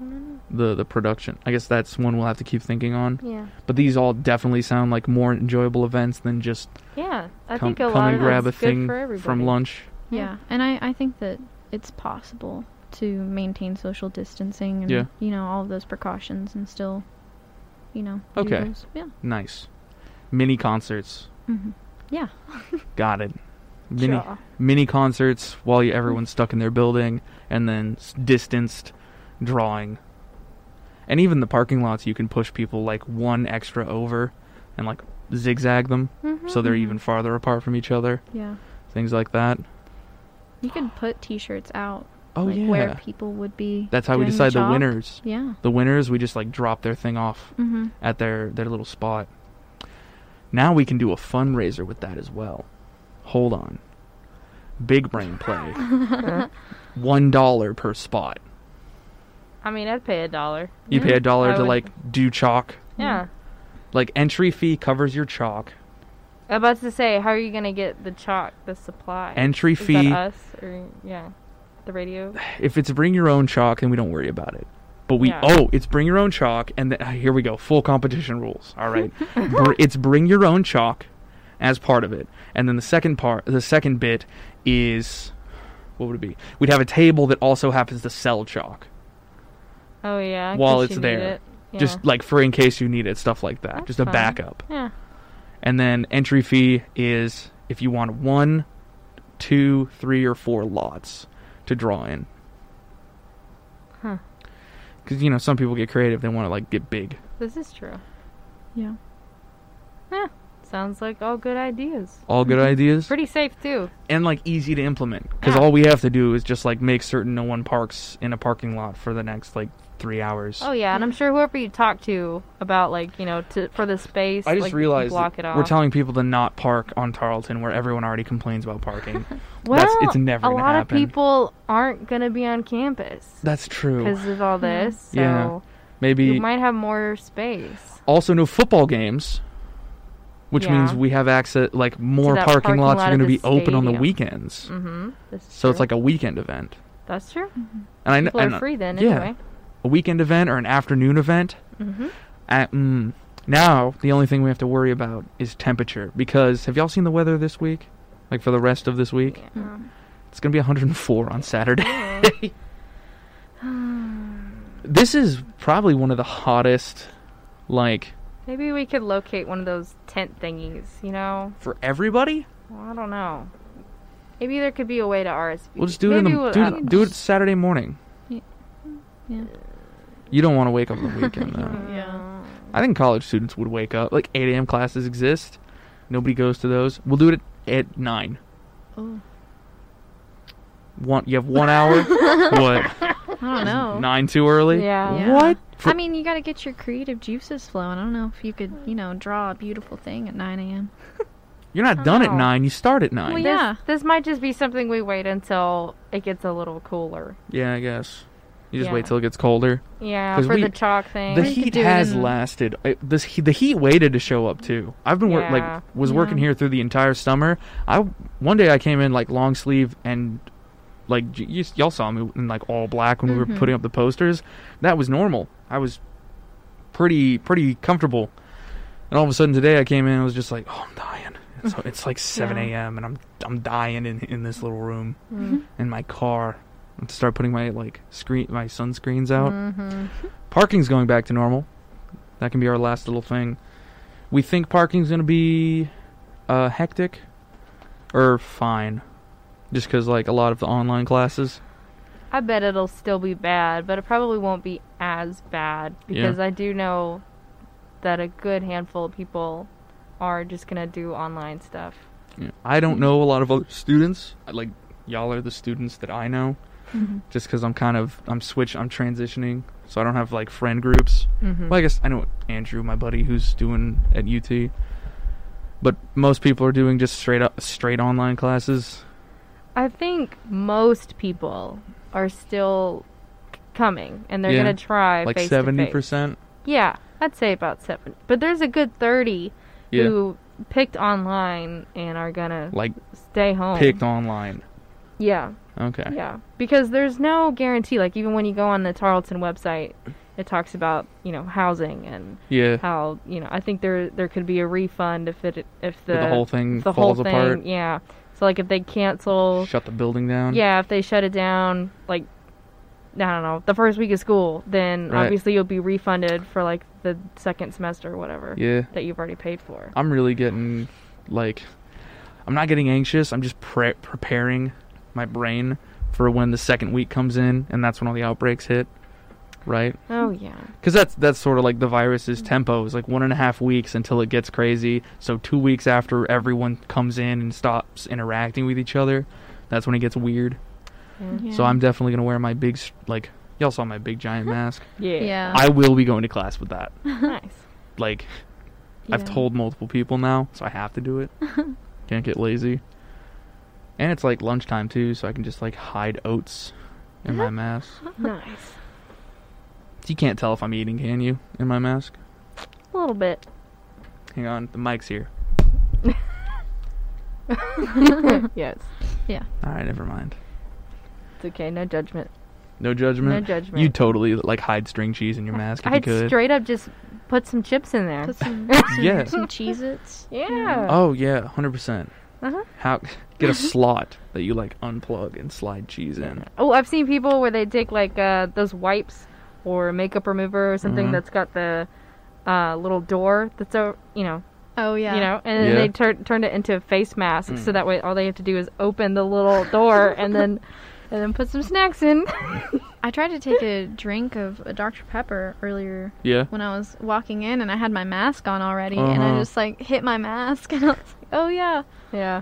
[SPEAKER 2] Mm-hmm.
[SPEAKER 1] the the production i guess that's one we'll have to keep thinking on
[SPEAKER 2] yeah
[SPEAKER 1] but these all definitely sound like more enjoyable events than just
[SPEAKER 2] yeah i
[SPEAKER 1] come,
[SPEAKER 2] think a
[SPEAKER 1] come
[SPEAKER 2] lot
[SPEAKER 1] and
[SPEAKER 2] of
[SPEAKER 1] grab a
[SPEAKER 2] it's good
[SPEAKER 1] thing
[SPEAKER 2] for everybody.
[SPEAKER 1] from lunch
[SPEAKER 3] Yeah, and I, I think that it's possible to maintain social distancing and
[SPEAKER 1] Yeah.
[SPEAKER 3] you know all of those precautions and still, you know. do
[SPEAKER 1] Okay.
[SPEAKER 3] those. Yeah.
[SPEAKER 1] nice mini concerts
[SPEAKER 3] hmm Yeah.
[SPEAKER 1] got it mini
[SPEAKER 2] Sure.
[SPEAKER 1] mini concerts while you, everyone's stuck in their building, and then s- distanced drawing. And even the parking lots, you can push people like one extra over and like zigzag them so they're
[SPEAKER 3] Mhm.
[SPEAKER 1] even farther apart from each other.
[SPEAKER 3] Yeah.
[SPEAKER 1] Things like that.
[SPEAKER 3] You could put T-shirts out
[SPEAKER 1] Oh
[SPEAKER 3] like
[SPEAKER 1] yeah,
[SPEAKER 3] where people would be.
[SPEAKER 1] that's how we
[SPEAKER 3] doing
[SPEAKER 1] decide the,
[SPEAKER 3] job.
[SPEAKER 1] winners.
[SPEAKER 3] Yeah.
[SPEAKER 1] The winners, we just like drop their thing off
[SPEAKER 3] Mm-hmm.
[SPEAKER 1] at their their little spot. Now we can do a fundraiser with that as well. Hold on. Big brain play. One dollar per spot.
[SPEAKER 2] i mean i'd pay a dollar
[SPEAKER 1] You
[SPEAKER 3] Yeah.
[SPEAKER 1] pay a dollar
[SPEAKER 2] Mm-hmm. I
[SPEAKER 1] to
[SPEAKER 2] would-
[SPEAKER 1] like do chalk.
[SPEAKER 2] yeah
[SPEAKER 1] Like entry fee covers your chalk.
[SPEAKER 2] i was about to say how are you gonna get the chalk the supply
[SPEAKER 1] Entry
[SPEAKER 2] Is that
[SPEAKER 1] fee
[SPEAKER 2] us or yeah, the radio?
[SPEAKER 1] if it's bring your own chalk, then we don't worry about it. But we
[SPEAKER 2] Yeah.
[SPEAKER 1] oh, it's bring your own chalk, and then, ah, here we go, full competition rules. All right, Br- it's bring your own chalk as part of it, and then the second part, the second bit is what would it be? We'd have a table that also happens to sell chalk,
[SPEAKER 2] Oh yeah. 'cause
[SPEAKER 1] While
[SPEAKER 2] you
[SPEAKER 1] it's
[SPEAKER 2] need
[SPEAKER 1] there.
[SPEAKER 2] it. yeah.
[SPEAKER 1] just like for in case you need it, stuff like that,
[SPEAKER 2] That's
[SPEAKER 1] just a
[SPEAKER 2] fine.
[SPEAKER 1] backup.
[SPEAKER 2] yeah.
[SPEAKER 1] And then entry fee is if you want one, two, three, or four lots to draw in.
[SPEAKER 2] Huh.
[SPEAKER 1] Because, you know, some people get creative. They want to, like, get big.
[SPEAKER 2] This is true.
[SPEAKER 3] Yeah.
[SPEAKER 2] Sounds like all good ideas.
[SPEAKER 1] All good ideas.
[SPEAKER 2] Mm-hmm. Pretty safe too.
[SPEAKER 1] and, like, easy to implement. Because
[SPEAKER 2] Yeah.
[SPEAKER 1] all we have to do is just, like, make certain no one parks in a parking lot for the next, like, three hours.
[SPEAKER 2] Oh yeah, and I'm sure whoever you talk to about like you know to, for the space,
[SPEAKER 1] I just
[SPEAKER 2] like,
[SPEAKER 1] realized
[SPEAKER 2] block
[SPEAKER 1] that
[SPEAKER 2] it off.
[SPEAKER 1] we're telling people to not park on Tarleton where everyone already complains about parking.
[SPEAKER 2] well,
[SPEAKER 1] that's- it's never
[SPEAKER 2] a
[SPEAKER 1] gonna
[SPEAKER 2] lot
[SPEAKER 1] happen.
[SPEAKER 2] of people aren't gonna be on campus
[SPEAKER 1] That's true.
[SPEAKER 2] because of all this. So
[SPEAKER 1] Yeah. Maybe
[SPEAKER 2] you might have more space.
[SPEAKER 1] also no football games, which
[SPEAKER 2] Yeah.
[SPEAKER 1] means we have access like more
[SPEAKER 2] that
[SPEAKER 1] parking,
[SPEAKER 2] parking
[SPEAKER 1] lots
[SPEAKER 2] lot
[SPEAKER 1] are
[SPEAKER 2] of
[SPEAKER 1] going to
[SPEAKER 2] the
[SPEAKER 1] be open on the
[SPEAKER 2] stadium.
[SPEAKER 1] weekends.
[SPEAKER 2] Mm-hmm. This is
[SPEAKER 1] So it's
[SPEAKER 2] true.
[SPEAKER 1] like a weekend event.
[SPEAKER 2] that's true.
[SPEAKER 3] Mm-hmm.
[SPEAKER 1] And I know
[SPEAKER 2] People
[SPEAKER 1] I
[SPEAKER 2] are
[SPEAKER 1] know-
[SPEAKER 2] free then
[SPEAKER 1] yeah.
[SPEAKER 2] anyway.
[SPEAKER 1] a weekend event or an afternoon event.
[SPEAKER 2] Mm-hmm.
[SPEAKER 1] Uh, mm, now the only thing we have to worry about is temperature because have y'all seen the weather this week? Like for the rest of this week,
[SPEAKER 2] Yeah.
[SPEAKER 1] it's going to be 104 on Saturday. this is probably one of the hottest like
[SPEAKER 2] Maybe we could locate one of those tent thingies, you know?
[SPEAKER 1] for everybody.
[SPEAKER 2] Well, I don't know. Maybe there could be a way to RSVP.
[SPEAKER 1] We'll just do it in the
[SPEAKER 2] Maybe we'll-
[SPEAKER 1] do,
[SPEAKER 2] I
[SPEAKER 1] it-
[SPEAKER 2] don't-
[SPEAKER 1] do it Saturday morning.
[SPEAKER 3] Yeah.
[SPEAKER 1] You don't want to wake up on the weekend
[SPEAKER 2] uh,
[SPEAKER 1] though.
[SPEAKER 3] Yeah.
[SPEAKER 1] I think college students would wake up. Like 8 a.m. classes exist. Nobody goes to those. We'll do it at, at 9.
[SPEAKER 3] Oh.
[SPEAKER 1] One, you have one hour. what?
[SPEAKER 3] I don't know.
[SPEAKER 1] Nine too early?
[SPEAKER 2] Yeah.
[SPEAKER 3] Oh. Yeah.
[SPEAKER 1] What?
[SPEAKER 3] I mean, you got to get your creative juices flowing. I don't know if you could, you know, draw a beautiful thing at 9 a.m.
[SPEAKER 1] You're not done at
[SPEAKER 2] Wow.
[SPEAKER 1] 9. You start at 9.
[SPEAKER 3] oh. Well,
[SPEAKER 2] This,
[SPEAKER 3] yeah.
[SPEAKER 2] This might just be something we wait until it gets a little cooler.
[SPEAKER 1] Yeah, I guess. You just
[SPEAKER 2] Yeah.
[SPEAKER 1] wait till it gets colder.
[SPEAKER 2] Yeah,
[SPEAKER 1] 'Cause
[SPEAKER 2] for
[SPEAKER 1] we-
[SPEAKER 2] the chalk thing.
[SPEAKER 1] The
[SPEAKER 3] we could
[SPEAKER 1] heat
[SPEAKER 3] do it
[SPEAKER 1] has
[SPEAKER 3] in-
[SPEAKER 1] lasted. I, this he- the heat waited to show up too. I've been wor-
[SPEAKER 2] Yeah.
[SPEAKER 1] like was
[SPEAKER 3] Yeah. Mm-hmm.
[SPEAKER 1] working here through the entire summer. I one day I came in like long sleeve and like j- you, y'all saw me in like all black when we were
[SPEAKER 3] Mhm.
[SPEAKER 1] putting up the posters. That was normal. I was pretty pretty comfortable. And all of a sudden today I came in and was just like, "Oh, I'm dying." It's, it's like 7
[SPEAKER 3] Yeah.
[SPEAKER 1] a.m. and I'm I'm dying in in this little room
[SPEAKER 2] Mm.
[SPEAKER 1] in my car. I have to start putting my like screen my sunscreens out
[SPEAKER 2] Mhm.
[SPEAKER 1] parking's going back to normal. That can be our last little thing. We think parking's going to be uh, hectic or fine. Just because, like, a lot of the online classes.
[SPEAKER 2] I bet it'll still be bad, but it probably won't be as bad
[SPEAKER 1] Yeah.
[SPEAKER 2] because I do know that a good handful of people are just gonna do online stuff.
[SPEAKER 1] you know, I don't know a lot of other students. I- Like, y'all are the students that I know.
[SPEAKER 3] Mhm.
[SPEAKER 1] Just because I'm kind of, I'm switch, I'm transitioning. So I don't have, like, friend groups.
[SPEAKER 2] Mm-hmm.
[SPEAKER 1] Well, I guess I know Andrew, my buddy, who's doing at UT. But most people are doing just straight up, straight online classes.
[SPEAKER 2] I think most people are still c- coming and they're
[SPEAKER 1] Yeah.
[SPEAKER 2] gonna try
[SPEAKER 1] Like
[SPEAKER 2] face to
[SPEAKER 1] seventy
[SPEAKER 2] face.
[SPEAKER 1] percent.
[SPEAKER 2] Yeah, I'd say about seven. But there's a good thirty
[SPEAKER 1] Yeah,
[SPEAKER 2] who picked online and are gonna
[SPEAKER 1] like
[SPEAKER 2] stay home.
[SPEAKER 1] picked online.
[SPEAKER 2] Yeah,
[SPEAKER 1] Okay.
[SPEAKER 2] yeah. Because there's no guarantee. Like even when you go on the Tarleton website, it talks about you know housing and
[SPEAKER 1] Yeah.
[SPEAKER 2] how you know. I think there there could be a refund if it if the
[SPEAKER 1] The, whole thing
[SPEAKER 2] the
[SPEAKER 1] falls
[SPEAKER 2] whole thing.
[SPEAKER 1] apart.
[SPEAKER 2] Yeah. So like if they cancel,
[SPEAKER 1] Shut the building down.
[SPEAKER 2] yeah, if they shut it down, like I don't know, the first week of school, then
[SPEAKER 1] Right.
[SPEAKER 2] obviously you'll be refunded for like the second semester or whatever
[SPEAKER 1] Yeah.
[SPEAKER 2] that you've already paid for.
[SPEAKER 1] I'm really getting like, I'm not getting anxious. I'm just pre- preparing my brain for when the second week comes in, and that's when all the outbreaks hit. Right.
[SPEAKER 2] Oh yeah.
[SPEAKER 1] because that's that's sort of like the
[SPEAKER 2] Mm-hmm.
[SPEAKER 1] virus's tempo is like one and a half weeks until it gets crazy so two weeks after everyone comes in and stops interacting with each other that's when it gets weird
[SPEAKER 3] Yeah.
[SPEAKER 1] so i'm definitely gonna wear my big s- like y'all saw my big giant mask
[SPEAKER 2] Yeah.
[SPEAKER 3] Yeah.
[SPEAKER 1] i will be going to class with that
[SPEAKER 2] nice.
[SPEAKER 1] like i've
[SPEAKER 3] Yeah.
[SPEAKER 1] told multiple people now so i have to do it can't get lazy and it's like lunchtime too so i can just like hide oats in my mask
[SPEAKER 2] Nice.
[SPEAKER 1] you can't tell if i'm eating can you in my mask
[SPEAKER 2] A little bit.
[SPEAKER 1] hang on the mic's here
[SPEAKER 2] yes.
[SPEAKER 1] all right never mind
[SPEAKER 2] It's okay. No judgment.
[SPEAKER 1] No judgment.
[SPEAKER 2] No judgment.
[SPEAKER 1] You totally like hide string cheese in your mask if you
[SPEAKER 2] I'd
[SPEAKER 1] could.
[SPEAKER 2] straight up just put some chips in there.
[SPEAKER 3] Put some, Mm-hmm.
[SPEAKER 1] Yeah.
[SPEAKER 3] some, some Cheez-Its.
[SPEAKER 2] Yeah.
[SPEAKER 1] oh yeah, hundred percent.
[SPEAKER 2] Uh-huh.
[SPEAKER 1] How get a slot that you like unplug and slide cheese in?
[SPEAKER 2] Oh, I've seen people where they take like uh, those wipes or makeup remover or something
[SPEAKER 1] Mhm.
[SPEAKER 2] that's got the uh, little door that's o you know
[SPEAKER 3] Oh yeah.
[SPEAKER 2] you know and then they
[SPEAKER 1] Yeah.
[SPEAKER 2] tur- turned it into a face mask so
[SPEAKER 1] Mm.
[SPEAKER 2] that way all they have to do is open the little door and then and then put some snacks in
[SPEAKER 3] I tried to take a drink of a Dr Pepper earlier
[SPEAKER 1] Yeah.
[SPEAKER 3] when I was walking in, and I had my mask on already, and I
[SPEAKER 1] Uh-huh.
[SPEAKER 3] just like hit my mask, and I was like, oh yeah,
[SPEAKER 2] yeah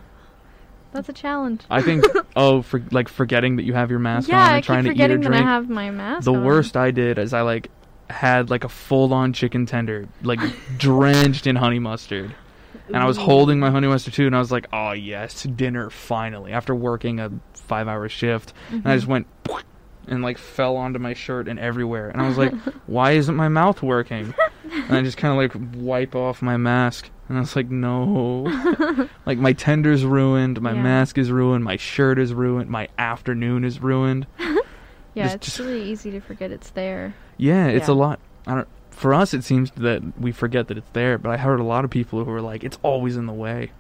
[SPEAKER 3] that's a challenge.
[SPEAKER 1] I think oh for like forgetting that you have your mask
[SPEAKER 3] yeah,
[SPEAKER 1] on and
[SPEAKER 3] I
[SPEAKER 1] trying
[SPEAKER 3] keep
[SPEAKER 1] to eat or
[SPEAKER 3] forgetting that
[SPEAKER 1] drink.
[SPEAKER 3] I have my mask.
[SPEAKER 1] the
[SPEAKER 3] on.
[SPEAKER 1] worst I did is I like had like a full on chicken tender like drenched in honey mustard. And I was holding my honey mustard too, and I was like, "Oh yes, dinner finally!" After working a five-hour shift, and I just went and like fell onto my shirt and everywhere, and I was like, "Why isn't my mouth working?" And I just kind of like wipe off my mask, and I was like, "No!" like my tender's ruined, my
[SPEAKER 3] Yeah.
[SPEAKER 1] mask is ruined, my shirt is ruined, my afternoon is ruined.
[SPEAKER 3] Yeah,
[SPEAKER 1] Just-
[SPEAKER 3] it's
[SPEAKER 1] just-
[SPEAKER 3] really easy to forget it's there.
[SPEAKER 1] Yeah, it's
[SPEAKER 2] Yeah.
[SPEAKER 1] a lot. I don't. For us, it seems that we forget that it's there, but I heard a lot of people who were like, "It's always in the way."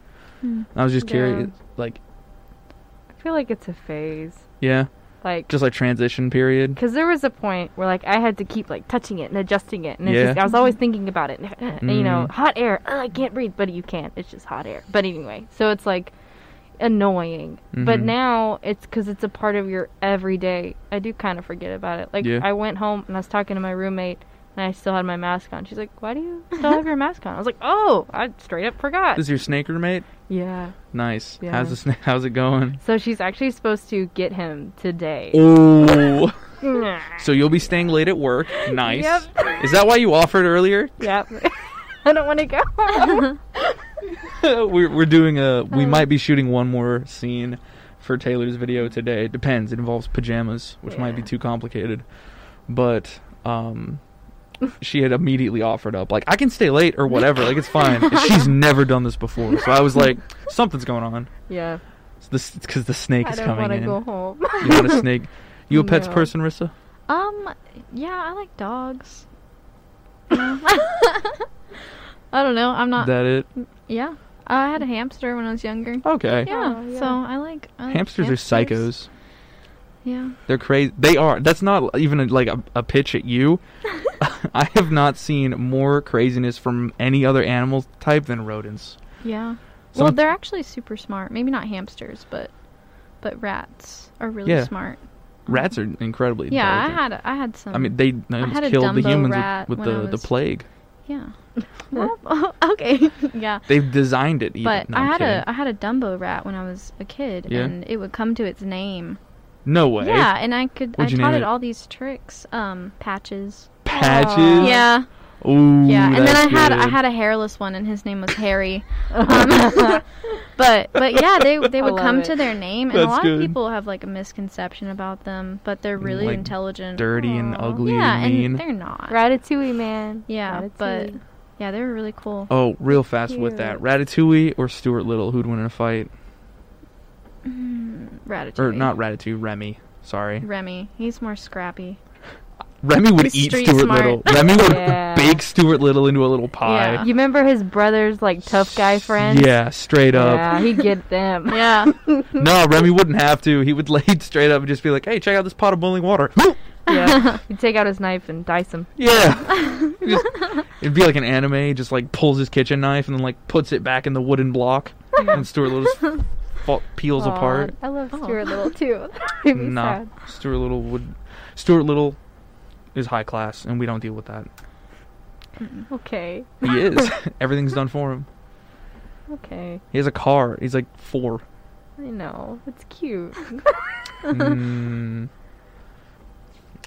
[SPEAKER 3] Hmm.
[SPEAKER 1] I was just
[SPEAKER 2] Yeah.
[SPEAKER 1] curious, like,
[SPEAKER 2] i feel like it's a phase
[SPEAKER 1] yeah,
[SPEAKER 2] like
[SPEAKER 1] just like transition period.
[SPEAKER 2] Because there was a point where like I had to keep like touching it and adjusting it, and it's
[SPEAKER 1] Yeah.
[SPEAKER 2] just, I was always thinking about it. And, you know,
[SPEAKER 1] Mm.
[SPEAKER 2] hot air. Ugh, I can't breathe, but you can. It's just hot air. But anyway, so it's like annoying. But
[SPEAKER 1] Mhm.
[SPEAKER 2] now it's because it's a part of your everyday. I do kind of forget about it. Like
[SPEAKER 1] Yeah.
[SPEAKER 2] I went home and I was talking to my roommate, and I still had my mask on. She's like, "Why do you still have your mask on?" I was like, "Oh, I straight up forgot."
[SPEAKER 1] Is your snake roommate?
[SPEAKER 2] Yeah.
[SPEAKER 1] Nice.
[SPEAKER 2] Yeah.
[SPEAKER 1] How's the sna- How's it going?
[SPEAKER 2] So she's actually supposed to get him today.
[SPEAKER 1] Oh,
[SPEAKER 3] Hmm.
[SPEAKER 1] so you'll be staying late at work. Nice.
[SPEAKER 2] Yep.
[SPEAKER 1] Is that why you offered earlier?
[SPEAKER 2] yep. I don't want to go.
[SPEAKER 1] we're we're doing a. We
[SPEAKER 2] Uh.
[SPEAKER 1] might be shooting one more scene for Taylor's video today. It depends. It involves pajamas, which might be
[SPEAKER 2] Yeah.
[SPEAKER 1] too complicated. But um, she had immediately offered up, like I can stay late or whatever. Like it's fine. And She's never done this before, so I was like, something's going on.
[SPEAKER 2] Yeah.
[SPEAKER 1] It's this because the snake
[SPEAKER 2] I
[SPEAKER 1] is
[SPEAKER 2] don't
[SPEAKER 1] coming
[SPEAKER 2] want to
[SPEAKER 1] in.
[SPEAKER 2] go home.
[SPEAKER 1] You want a snake? You a pets
[SPEAKER 2] No.
[SPEAKER 1] person, Rissa?
[SPEAKER 3] Um, yeah, I like dogs. I don't know. I'm not.
[SPEAKER 1] that it?
[SPEAKER 3] yeah, I had a hamster when I was younger.
[SPEAKER 1] Okay.
[SPEAKER 3] Yeah,
[SPEAKER 2] Oh, yeah.
[SPEAKER 3] so I like, I like
[SPEAKER 1] Hamsters, are psychos.
[SPEAKER 3] Yeah,
[SPEAKER 1] They're crazy. They are. That's not even a, like a, a pitch at you. I have not seen more craziness from any other animal type than rodents.
[SPEAKER 3] Yeah.
[SPEAKER 1] Some-
[SPEAKER 3] well, they're actually super smart. Maybe not hamsters, but but rats are really
[SPEAKER 1] Yeah.
[SPEAKER 3] smart.
[SPEAKER 1] rats are incredibly
[SPEAKER 3] Yeah, I
[SPEAKER 1] intelligent.
[SPEAKER 3] had a, I had some.
[SPEAKER 1] I mean, they, they
[SPEAKER 3] had
[SPEAKER 1] almost
[SPEAKER 3] a
[SPEAKER 1] killed the
[SPEAKER 3] Dumbo
[SPEAKER 1] humans
[SPEAKER 3] rat
[SPEAKER 1] with, with
[SPEAKER 3] when I
[SPEAKER 1] the, the
[SPEAKER 3] was-
[SPEAKER 1] plague.
[SPEAKER 3] yeah. Well, okay. yeah.
[SPEAKER 1] They've designed it. Even.
[SPEAKER 3] But
[SPEAKER 1] No,
[SPEAKER 3] I
[SPEAKER 1] I'm
[SPEAKER 3] had
[SPEAKER 1] kidding.
[SPEAKER 3] a I had a Dumbo rat when I was a kid,
[SPEAKER 1] Yeah?
[SPEAKER 3] and it would come to its name.
[SPEAKER 1] no way.
[SPEAKER 3] Yeah, and I could
[SPEAKER 1] What'd
[SPEAKER 3] I
[SPEAKER 1] you
[SPEAKER 3] taught
[SPEAKER 1] name it?
[SPEAKER 3] it all these tricks, um, patches.
[SPEAKER 1] Patches.
[SPEAKER 3] Yeah,
[SPEAKER 1] Ooh,
[SPEAKER 3] yeah. And then
[SPEAKER 1] that's
[SPEAKER 3] I had I
[SPEAKER 1] good.
[SPEAKER 3] had a hairless one, and his name was Harry. Um, But but yeah, they they
[SPEAKER 2] I
[SPEAKER 3] would
[SPEAKER 2] love
[SPEAKER 3] come
[SPEAKER 2] it.
[SPEAKER 3] to their name, and a
[SPEAKER 1] That's
[SPEAKER 3] lot
[SPEAKER 1] good. Mm,
[SPEAKER 3] of people have like a misconception about them, but they're really
[SPEAKER 1] Like,
[SPEAKER 3] intelligent.
[SPEAKER 1] dirty and
[SPEAKER 2] Aw.
[SPEAKER 1] ugly
[SPEAKER 3] Yeah,
[SPEAKER 1] and mean.
[SPEAKER 3] and they're not.
[SPEAKER 2] Ratatouille, man.
[SPEAKER 3] Yeah, but
[SPEAKER 2] Ratatouille.
[SPEAKER 3] yeah, they were really cool.
[SPEAKER 1] Oh, real fast with
[SPEAKER 2] Cute.
[SPEAKER 1] that. Ratatouille or Stuart Little, who'd win in a fight?
[SPEAKER 3] Mm, Ratatouille.
[SPEAKER 1] Or not Ratatouille, Remy. Sorry.
[SPEAKER 3] Remy. He's more scrappy.
[SPEAKER 1] Remy would
[SPEAKER 3] He's
[SPEAKER 1] eat
[SPEAKER 3] street
[SPEAKER 1] Stuart
[SPEAKER 3] smart.
[SPEAKER 1] Little. Remy would
[SPEAKER 2] Yeah.
[SPEAKER 1] bake Stuart Little into a little pie.
[SPEAKER 3] Yeah.
[SPEAKER 2] you remember his brother's like tough guy friends?
[SPEAKER 1] Yeah, straight up.
[SPEAKER 2] Yeah, he'd get them.
[SPEAKER 3] Yeah.
[SPEAKER 1] No, Remy wouldn't have to. He would lay straight up and just be like, "Hey, check out this pot of boiling water."
[SPEAKER 2] yeah. He'd take out his knife and dice him.
[SPEAKER 1] yeah. Just- it'd be like an anime. he Just like pulls his kitchen knife and then like puts it back in the wooden block, and Stuart Little just fa- peels
[SPEAKER 2] Aw,
[SPEAKER 1] apart.
[SPEAKER 2] I love
[SPEAKER 3] Oh.
[SPEAKER 2] Stuart Little too. That'd be
[SPEAKER 1] Nah,
[SPEAKER 2] sad.
[SPEAKER 1] Stuart Little would. Stuart Little is high class, and we don't deal with that.
[SPEAKER 2] Okay.
[SPEAKER 1] He is. Everything's done for him.
[SPEAKER 2] Okay.
[SPEAKER 1] He has a car. He's like four.
[SPEAKER 2] I know. It's cute.
[SPEAKER 1] Mm.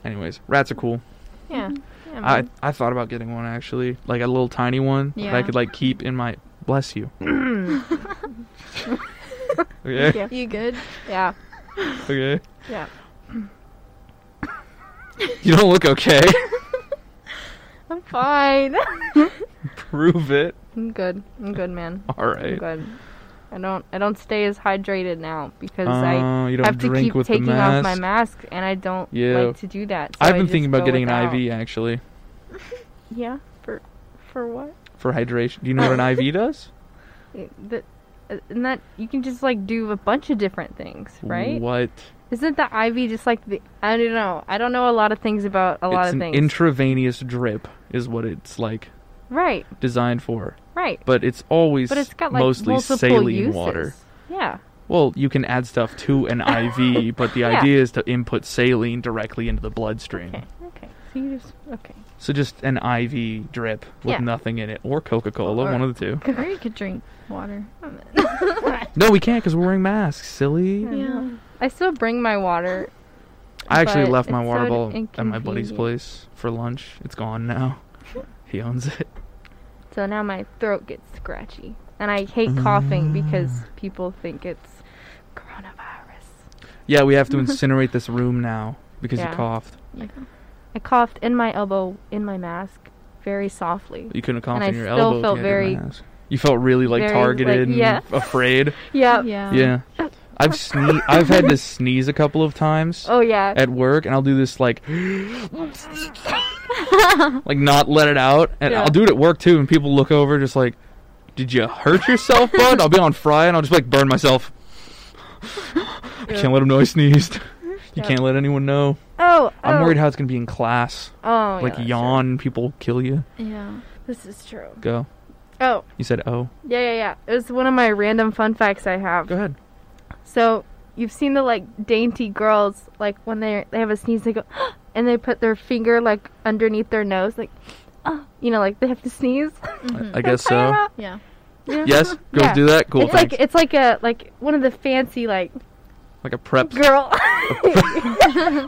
[SPEAKER 1] Anyways, rats are cool.
[SPEAKER 2] yeah. yeah
[SPEAKER 1] I
[SPEAKER 2] man.
[SPEAKER 1] I thought about getting one actually, like a little tiny one that I
[SPEAKER 3] Yeah.
[SPEAKER 1] could like keep in my. Bless you.
[SPEAKER 2] Thank
[SPEAKER 1] okay.
[SPEAKER 2] you.
[SPEAKER 3] you good?
[SPEAKER 2] Yeah.
[SPEAKER 1] Okay.
[SPEAKER 2] Yeah.
[SPEAKER 1] You don't look okay.
[SPEAKER 2] I'm fine. Hmm?
[SPEAKER 1] Prove it.
[SPEAKER 2] I'm good. I'm good, man.
[SPEAKER 1] All
[SPEAKER 2] I'm
[SPEAKER 1] right.
[SPEAKER 2] good. I don't I don't stay as hydrated now because I
[SPEAKER 1] Uh, you don't
[SPEAKER 2] have to
[SPEAKER 1] drink
[SPEAKER 2] keep
[SPEAKER 1] with
[SPEAKER 2] taking
[SPEAKER 1] the mask.
[SPEAKER 2] off my mask and I don't
[SPEAKER 1] Yeah.
[SPEAKER 2] like to do that. so
[SPEAKER 1] I've
[SPEAKER 2] I
[SPEAKER 1] been
[SPEAKER 2] just
[SPEAKER 1] thinking about
[SPEAKER 2] go
[SPEAKER 1] getting
[SPEAKER 2] without.
[SPEAKER 1] an IV actually
[SPEAKER 2] Yeah. For for what?
[SPEAKER 1] for hydration. Do you know what an IV does?
[SPEAKER 2] It- that- uh, and that you can just like do a bunch of different things, right?
[SPEAKER 1] What?
[SPEAKER 2] Isn't the IV just like the I don't know. I don't know a lot of things about a lot
[SPEAKER 1] it's
[SPEAKER 2] of
[SPEAKER 1] an
[SPEAKER 2] things.
[SPEAKER 1] intravenous drip is what it's like
[SPEAKER 2] right.
[SPEAKER 1] designed for
[SPEAKER 2] Right.
[SPEAKER 1] but it's always
[SPEAKER 2] But it's got like
[SPEAKER 1] mostly
[SPEAKER 2] multiple
[SPEAKER 1] saline
[SPEAKER 2] uses.
[SPEAKER 1] water
[SPEAKER 2] Yeah.
[SPEAKER 1] well you can add stuff to an iv but the
[SPEAKER 2] Yeah.
[SPEAKER 1] idea is to input saline directly into the bloodstream
[SPEAKER 2] Okay. Okay. So you just okay.
[SPEAKER 1] so just an iv drip with
[SPEAKER 2] Yeah.
[SPEAKER 1] nothing in it or coca-cola
[SPEAKER 2] Or-
[SPEAKER 1] one of the two
[SPEAKER 3] Or you could drink water.
[SPEAKER 1] no we can't because we're wearing masks silly
[SPEAKER 2] Yeah. I still bring my water.
[SPEAKER 1] i actually
[SPEAKER 2] But
[SPEAKER 1] left my
[SPEAKER 2] it's
[SPEAKER 1] water
[SPEAKER 2] so
[SPEAKER 1] bottle at my buddy's
[SPEAKER 2] inconvenient.
[SPEAKER 1] place for lunch it's gone now he owns it
[SPEAKER 2] So now my throat gets scratchy. And I hate coughing because
[SPEAKER 1] Mm.
[SPEAKER 2] people think it's coronavirus.
[SPEAKER 1] yeah we have to incinerate this room now because
[SPEAKER 2] Yeah.
[SPEAKER 1] you coughed
[SPEAKER 3] Yeah.
[SPEAKER 2] I coughed in my elbow in my mask very softly.
[SPEAKER 1] You couldn't cough
[SPEAKER 2] And
[SPEAKER 1] in
[SPEAKER 2] I
[SPEAKER 1] your
[SPEAKER 2] still
[SPEAKER 1] elbow. if
[SPEAKER 2] felt
[SPEAKER 1] you had your
[SPEAKER 2] very-
[SPEAKER 1] mask. You felt really like
[SPEAKER 2] very, like,
[SPEAKER 1] targeted and
[SPEAKER 2] yeah.
[SPEAKER 1] afraid.
[SPEAKER 2] Yeah.
[SPEAKER 3] Yeah.
[SPEAKER 1] yeah. I've sne- I've had to sneeze a couple of times
[SPEAKER 2] Oh yeah.
[SPEAKER 1] at work, and I'll do this like, like not let it out, and
[SPEAKER 2] Yeah.
[SPEAKER 1] I'll do it at work too, and people look over just like, "Did you hurt yourself, bud?" I'll be on fry, and I'll just like burn myself. I can't let them know I sneezed. You
[SPEAKER 2] Yeah.
[SPEAKER 1] can't let anyone know.
[SPEAKER 2] oh,
[SPEAKER 1] I'm
[SPEAKER 2] oh.
[SPEAKER 1] worried how it's gonna be in class.
[SPEAKER 2] Oh, yeah,
[SPEAKER 1] like
[SPEAKER 2] that's
[SPEAKER 1] yawn, people kill you.
[SPEAKER 3] Yeah.
[SPEAKER 2] true. This is true.
[SPEAKER 1] Go.
[SPEAKER 2] Oh,
[SPEAKER 1] You said, "Oh,
[SPEAKER 2] yeah, yeah, yeah. It was one of my random fun facts I have.
[SPEAKER 1] go ahead."
[SPEAKER 2] So you've seen the like dainty girls, like when they they have a sneeze, they go, and they put their finger like underneath their nose, like, oh, you know, like they have to sneeze.
[SPEAKER 1] I, I guess so.
[SPEAKER 3] Yeah.
[SPEAKER 2] Yeah.
[SPEAKER 1] Yes, girls
[SPEAKER 2] Yeah.
[SPEAKER 1] do that. Cool,
[SPEAKER 2] it's
[SPEAKER 1] thanks.
[SPEAKER 2] like it's like a like one of the fancy like
[SPEAKER 1] Like a prep
[SPEAKER 2] girl.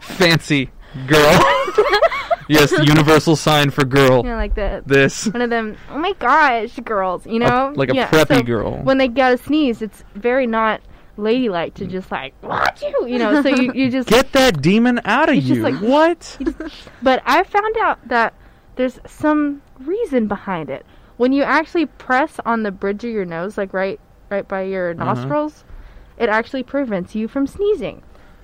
[SPEAKER 1] fancy girl. yes, the universal sign for girl.
[SPEAKER 2] you know, like the
[SPEAKER 1] This
[SPEAKER 2] one of them. Oh my gosh, girls. You
[SPEAKER 1] A-
[SPEAKER 2] know,
[SPEAKER 1] like a
[SPEAKER 2] Yeah,
[SPEAKER 1] preppy
[SPEAKER 2] so
[SPEAKER 1] girl.
[SPEAKER 2] When they got a sneeze, it's very not ladylike to just like what you, you know. So you you just
[SPEAKER 1] Mm. Get that demon out of
[SPEAKER 2] It's
[SPEAKER 1] you.
[SPEAKER 2] just like-
[SPEAKER 1] what?
[SPEAKER 2] But I found out that there's some reason behind it. When you actually press on the bridge of your nose, like right right by your
[SPEAKER 1] Uh-huh.
[SPEAKER 2] nostrils, it actually prevents you from sneezing.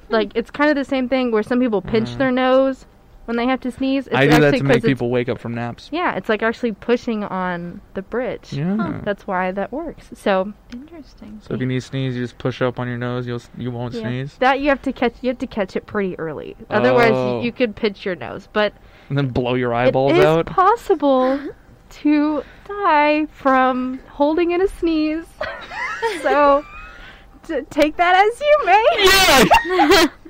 [SPEAKER 2] Like it's kind of the same thing where some people pinch their nose When they have to sneeze, it's
[SPEAKER 1] Hmm. I do that
[SPEAKER 2] actually
[SPEAKER 1] to make
[SPEAKER 2] 'cause it's-
[SPEAKER 1] people wake up from naps.
[SPEAKER 2] Yeah, it's like actually pushing on the bridge.
[SPEAKER 1] Yeah.
[SPEAKER 3] Huh.
[SPEAKER 2] That's why that works. So
[SPEAKER 3] Interesting.
[SPEAKER 1] So if you need to sneeze, you just push up on your nose. You'll s- you won't
[SPEAKER 2] Yeah.
[SPEAKER 1] sneeze.
[SPEAKER 2] that you have to catch. You have to catch it pretty early. Otherwise,
[SPEAKER 1] Oh.
[SPEAKER 2] you, you could pinch your nose. But
[SPEAKER 1] And then blow your eyeballs
[SPEAKER 2] it is
[SPEAKER 1] out.
[SPEAKER 2] possible to die from holding in a sneeze. so t- take that as you may.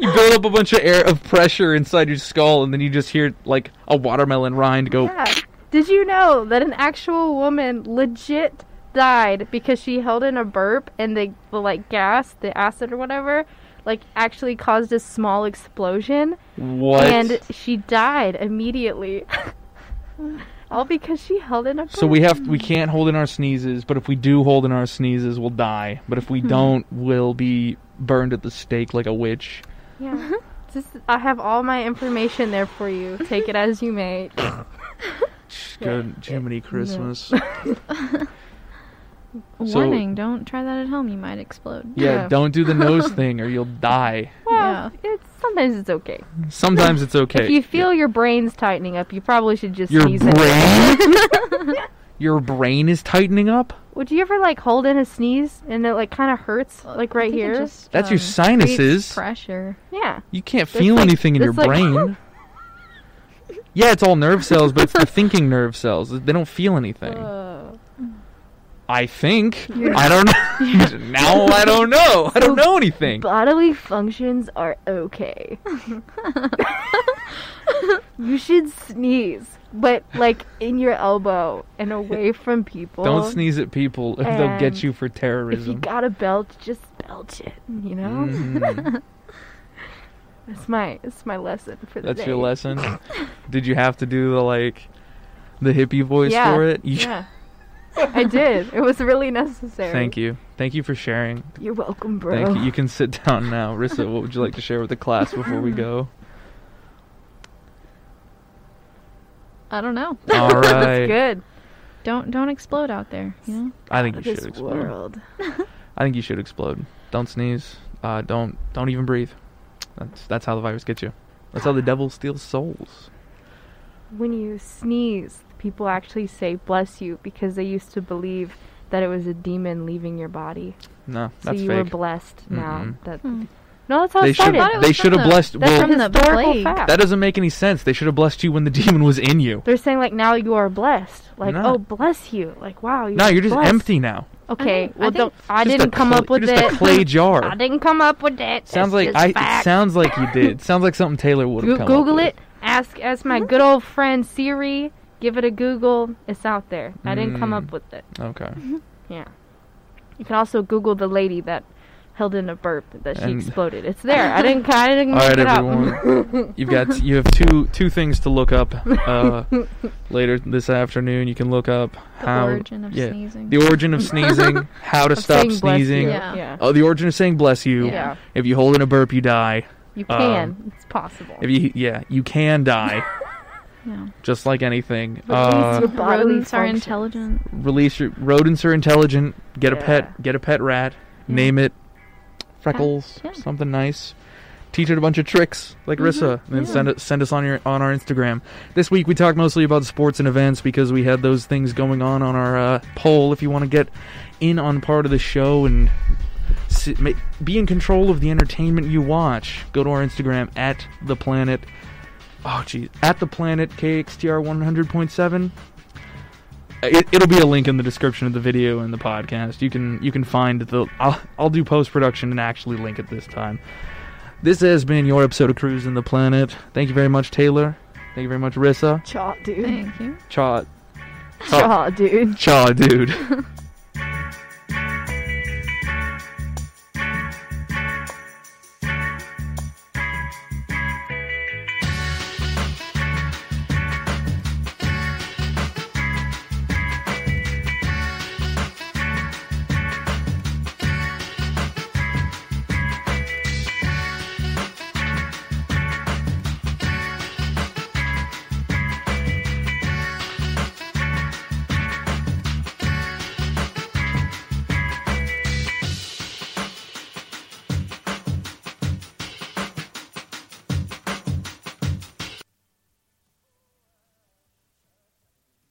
[SPEAKER 1] Yeah! you build up a bunch of air of pressure inside your skull, and then you just hear like a watermelon rind go.
[SPEAKER 2] Yeah. Did you know that an actual woman legit died because she held in a burp and the, the like gas, the acid or whatever, like actually caused a small explosion
[SPEAKER 1] What?
[SPEAKER 2] and she died immediately. All because she held in a burp.
[SPEAKER 1] so we have we can't hold in our sneezes, but if we do hold in our sneezes, we'll die. But if
[SPEAKER 2] Hmm.
[SPEAKER 1] we don't, we'll be burned at the stake like a witch.
[SPEAKER 2] Yeah. Just, I have all my information there for you. Take it as you may.
[SPEAKER 1] Good Jiminy Christmas. So-
[SPEAKER 3] Warning, don't try that at home. You might explode.
[SPEAKER 1] Yeah,
[SPEAKER 2] Yeah.
[SPEAKER 1] don't do the nose thing or you'll die.
[SPEAKER 2] Well, it's sometimes it's okay.
[SPEAKER 1] Sometimes it's okay.
[SPEAKER 2] If you feel your brain's tightening up, you probably should just
[SPEAKER 1] your
[SPEAKER 2] sneeze. it.
[SPEAKER 1] brain, your brain is tightening up.
[SPEAKER 2] Would you ever like hold in a sneeze and it like kind of hurts,
[SPEAKER 3] Well,
[SPEAKER 2] like
[SPEAKER 3] Uh, I
[SPEAKER 2] right
[SPEAKER 3] think it
[SPEAKER 2] here?
[SPEAKER 3] just,
[SPEAKER 1] That's your
[SPEAKER 3] um,
[SPEAKER 1] sinuses.
[SPEAKER 3] creates Pressure.
[SPEAKER 2] Yeah.
[SPEAKER 1] You can't
[SPEAKER 2] There's
[SPEAKER 1] feel
[SPEAKER 2] like-
[SPEAKER 1] anything in your
[SPEAKER 2] there's like-
[SPEAKER 1] brain. yeah, it's all nerve cells, but it's the thinking nerve cells. They don't feel anything.
[SPEAKER 2] Uh,
[SPEAKER 1] I think. I don't know. now I don't know. I don't know anything.
[SPEAKER 2] bodily functions are okay. you should sneeze, but like in your elbow and away from people.
[SPEAKER 1] Don't sneeze at people. If they'll get
[SPEAKER 2] and
[SPEAKER 1] you for
[SPEAKER 2] If you
[SPEAKER 1] terrorism.
[SPEAKER 2] gotta belch, just belch it. You know.
[SPEAKER 1] Mhm.
[SPEAKER 2] That's my that's my lesson for the
[SPEAKER 1] That's
[SPEAKER 2] day.
[SPEAKER 1] your lesson. Did you have to do the like the hippie voice
[SPEAKER 2] Yeah.
[SPEAKER 1] for it? You-
[SPEAKER 2] Yeah. I did. It was really necessary.
[SPEAKER 1] Thank you. Thank you for sharing.
[SPEAKER 2] You're welcome, bro.
[SPEAKER 1] Thank you. You can sit down now. Rissa, what would you like to share with the class before we go?
[SPEAKER 3] I don't know.
[SPEAKER 1] All right.
[SPEAKER 2] That's good.
[SPEAKER 3] Don't don't explode out there. You know.
[SPEAKER 1] I think you
[SPEAKER 2] this
[SPEAKER 1] should explode.
[SPEAKER 2] world.
[SPEAKER 1] I think you should explode. Don't sneeze. Uh, don't don't even breathe. That's that's how the virus gets you. That's how the devil steals souls.
[SPEAKER 2] When you sneeze, people actually say bless you because they used to believe that it was a demon leaving your body.
[SPEAKER 1] No,
[SPEAKER 2] So
[SPEAKER 1] that's
[SPEAKER 2] you were
[SPEAKER 1] fake.
[SPEAKER 2] blessed now.
[SPEAKER 1] Mm-mm.
[SPEAKER 2] That
[SPEAKER 3] Hmm.
[SPEAKER 2] No, that's how
[SPEAKER 1] they
[SPEAKER 2] it started.
[SPEAKER 1] should
[SPEAKER 3] thought it was
[SPEAKER 1] they should
[SPEAKER 3] from
[SPEAKER 1] have
[SPEAKER 3] the-
[SPEAKER 1] blessed.
[SPEAKER 2] that's
[SPEAKER 1] Well,
[SPEAKER 3] from
[SPEAKER 2] a
[SPEAKER 3] the
[SPEAKER 2] historical
[SPEAKER 3] plague.
[SPEAKER 2] fact.
[SPEAKER 1] that doesn't make any sense. They should have blessed you when the demon was in you.
[SPEAKER 2] They're saying like now you are blessed. Like,
[SPEAKER 1] No.
[SPEAKER 2] oh bless you. Like wow, you
[SPEAKER 1] No,
[SPEAKER 2] were
[SPEAKER 1] you're just
[SPEAKER 2] blessed.
[SPEAKER 1] empty now.
[SPEAKER 2] Okay,
[SPEAKER 3] I think- I
[SPEAKER 2] well
[SPEAKER 3] think-
[SPEAKER 2] don't I
[SPEAKER 1] Just a
[SPEAKER 2] didn't come
[SPEAKER 1] clay-
[SPEAKER 2] up with
[SPEAKER 1] you're just
[SPEAKER 2] it.
[SPEAKER 1] a clay
[SPEAKER 2] I
[SPEAKER 1] jar.
[SPEAKER 2] didn't come up with it.
[SPEAKER 1] Sounds
[SPEAKER 2] It's
[SPEAKER 1] like
[SPEAKER 2] just
[SPEAKER 1] I. It
[SPEAKER 2] fact.
[SPEAKER 1] sounds like you did. sounds like something Taylor would have
[SPEAKER 2] Go-
[SPEAKER 1] come.
[SPEAKER 2] Google
[SPEAKER 1] up Mm-hmm.
[SPEAKER 2] it. Ask as my good old friend Siri. Give it a Google. It's out there. I didn't come
[SPEAKER 1] Mm.
[SPEAKER 2] up with it.
[SPEAKER 1] With. Okay.
[SPEAKER 2] You can also Google the lady that held in a burp that she
[SPEAKER 1] And-
[SPEAKER 2] exploded. It's there. I didn't. I didn't
[SPEAKER 1] All
[SPEAKER 2] make
[SPEAKER 1] right,
[SPEAKER 2] it
[SPEAKER 1] everyone.
[SPEAKER 2] up.
[SPEAKER 1] You've got you have two two things to look up uh, later this afternoon. You can look up
[SPEAKER 3] The
[SPEAKER 1] how
[SPEAKER 3] origin of
[SPEAKER 1] yeah.
[SPEAKER 3] sneezing.
[SPEAKER 1] the origin of sneezing, how to
[SPEAKER 2] I'm
[SPEAKER 1] stop
[SPEAKER 2] saying bless you.
[SPEAKER 1] sneezing.
[SPEAKER 3] Yeah.
[SPEAKER 2] Yeah.
[SPEAKER 1] Oh, the origin of saying bless you.
[SPEAKER 2] Yeah.
[SPEAKER 3] Yeah.
[SPEAKER 1] If you hold in a burp, you die.
[SPEAKER 2] You
[SPEAKER 1] Um,
[SPEAKER 2] can. it's possible.
[SPEAKER 1] If you yeah, you can die,
[SPEAKER 3] yeah.
[SPEAKER 1] just like anything.
[SPEAKER 2] But at least
[SPEAKER 1] Uh,
[SPEAKER 2] your bodily
[SPEAKER 3] Rodents are
[SPEAKER 2] functions.
[SPEAKER 3] intelligent.
[SPEAKER 1] release your rodents are intelligent. Get a
[SPEAKER 2] Yeah.
[SPEAKER 1] pet. Get a pet rat.
[SPEAKER 3] Yeah.
[SPEAKER 1] Name it Freckles.
[SPEAKER 3] yeah.
[SPEAKER 1] Something nice. Teach it a bunch of tricks like Rissa, and then
[SPEAKER 3] Mm-hmm. yeah.
[SPEAKER 1] send it, send us on your on our Instagram. This week we talked mostly about sports and events because we had those things going on on our uh, poll. If you want to get in on part of the show and si- ma- be in control of the entertainment you watch, go to our Instagram at the planet. Oh, geez, at the planet KXTR one hundred point seven. It, it'll be a link in the description of the video and the podcast. You can you can find the. I'll, I'll do post production and actually link it this time. This has been your episode of Cruise in the Planet. Thank you very much, Taylor. Thank you very much, Rissa.
[SPEAKER 2] Chaw, dude.
[SPEAKER 3] Thank you.
[SPEAKER 1] Cha,
[SPEAKER 2] Chaw, dude.
[SPEAKER 1] cha, dude.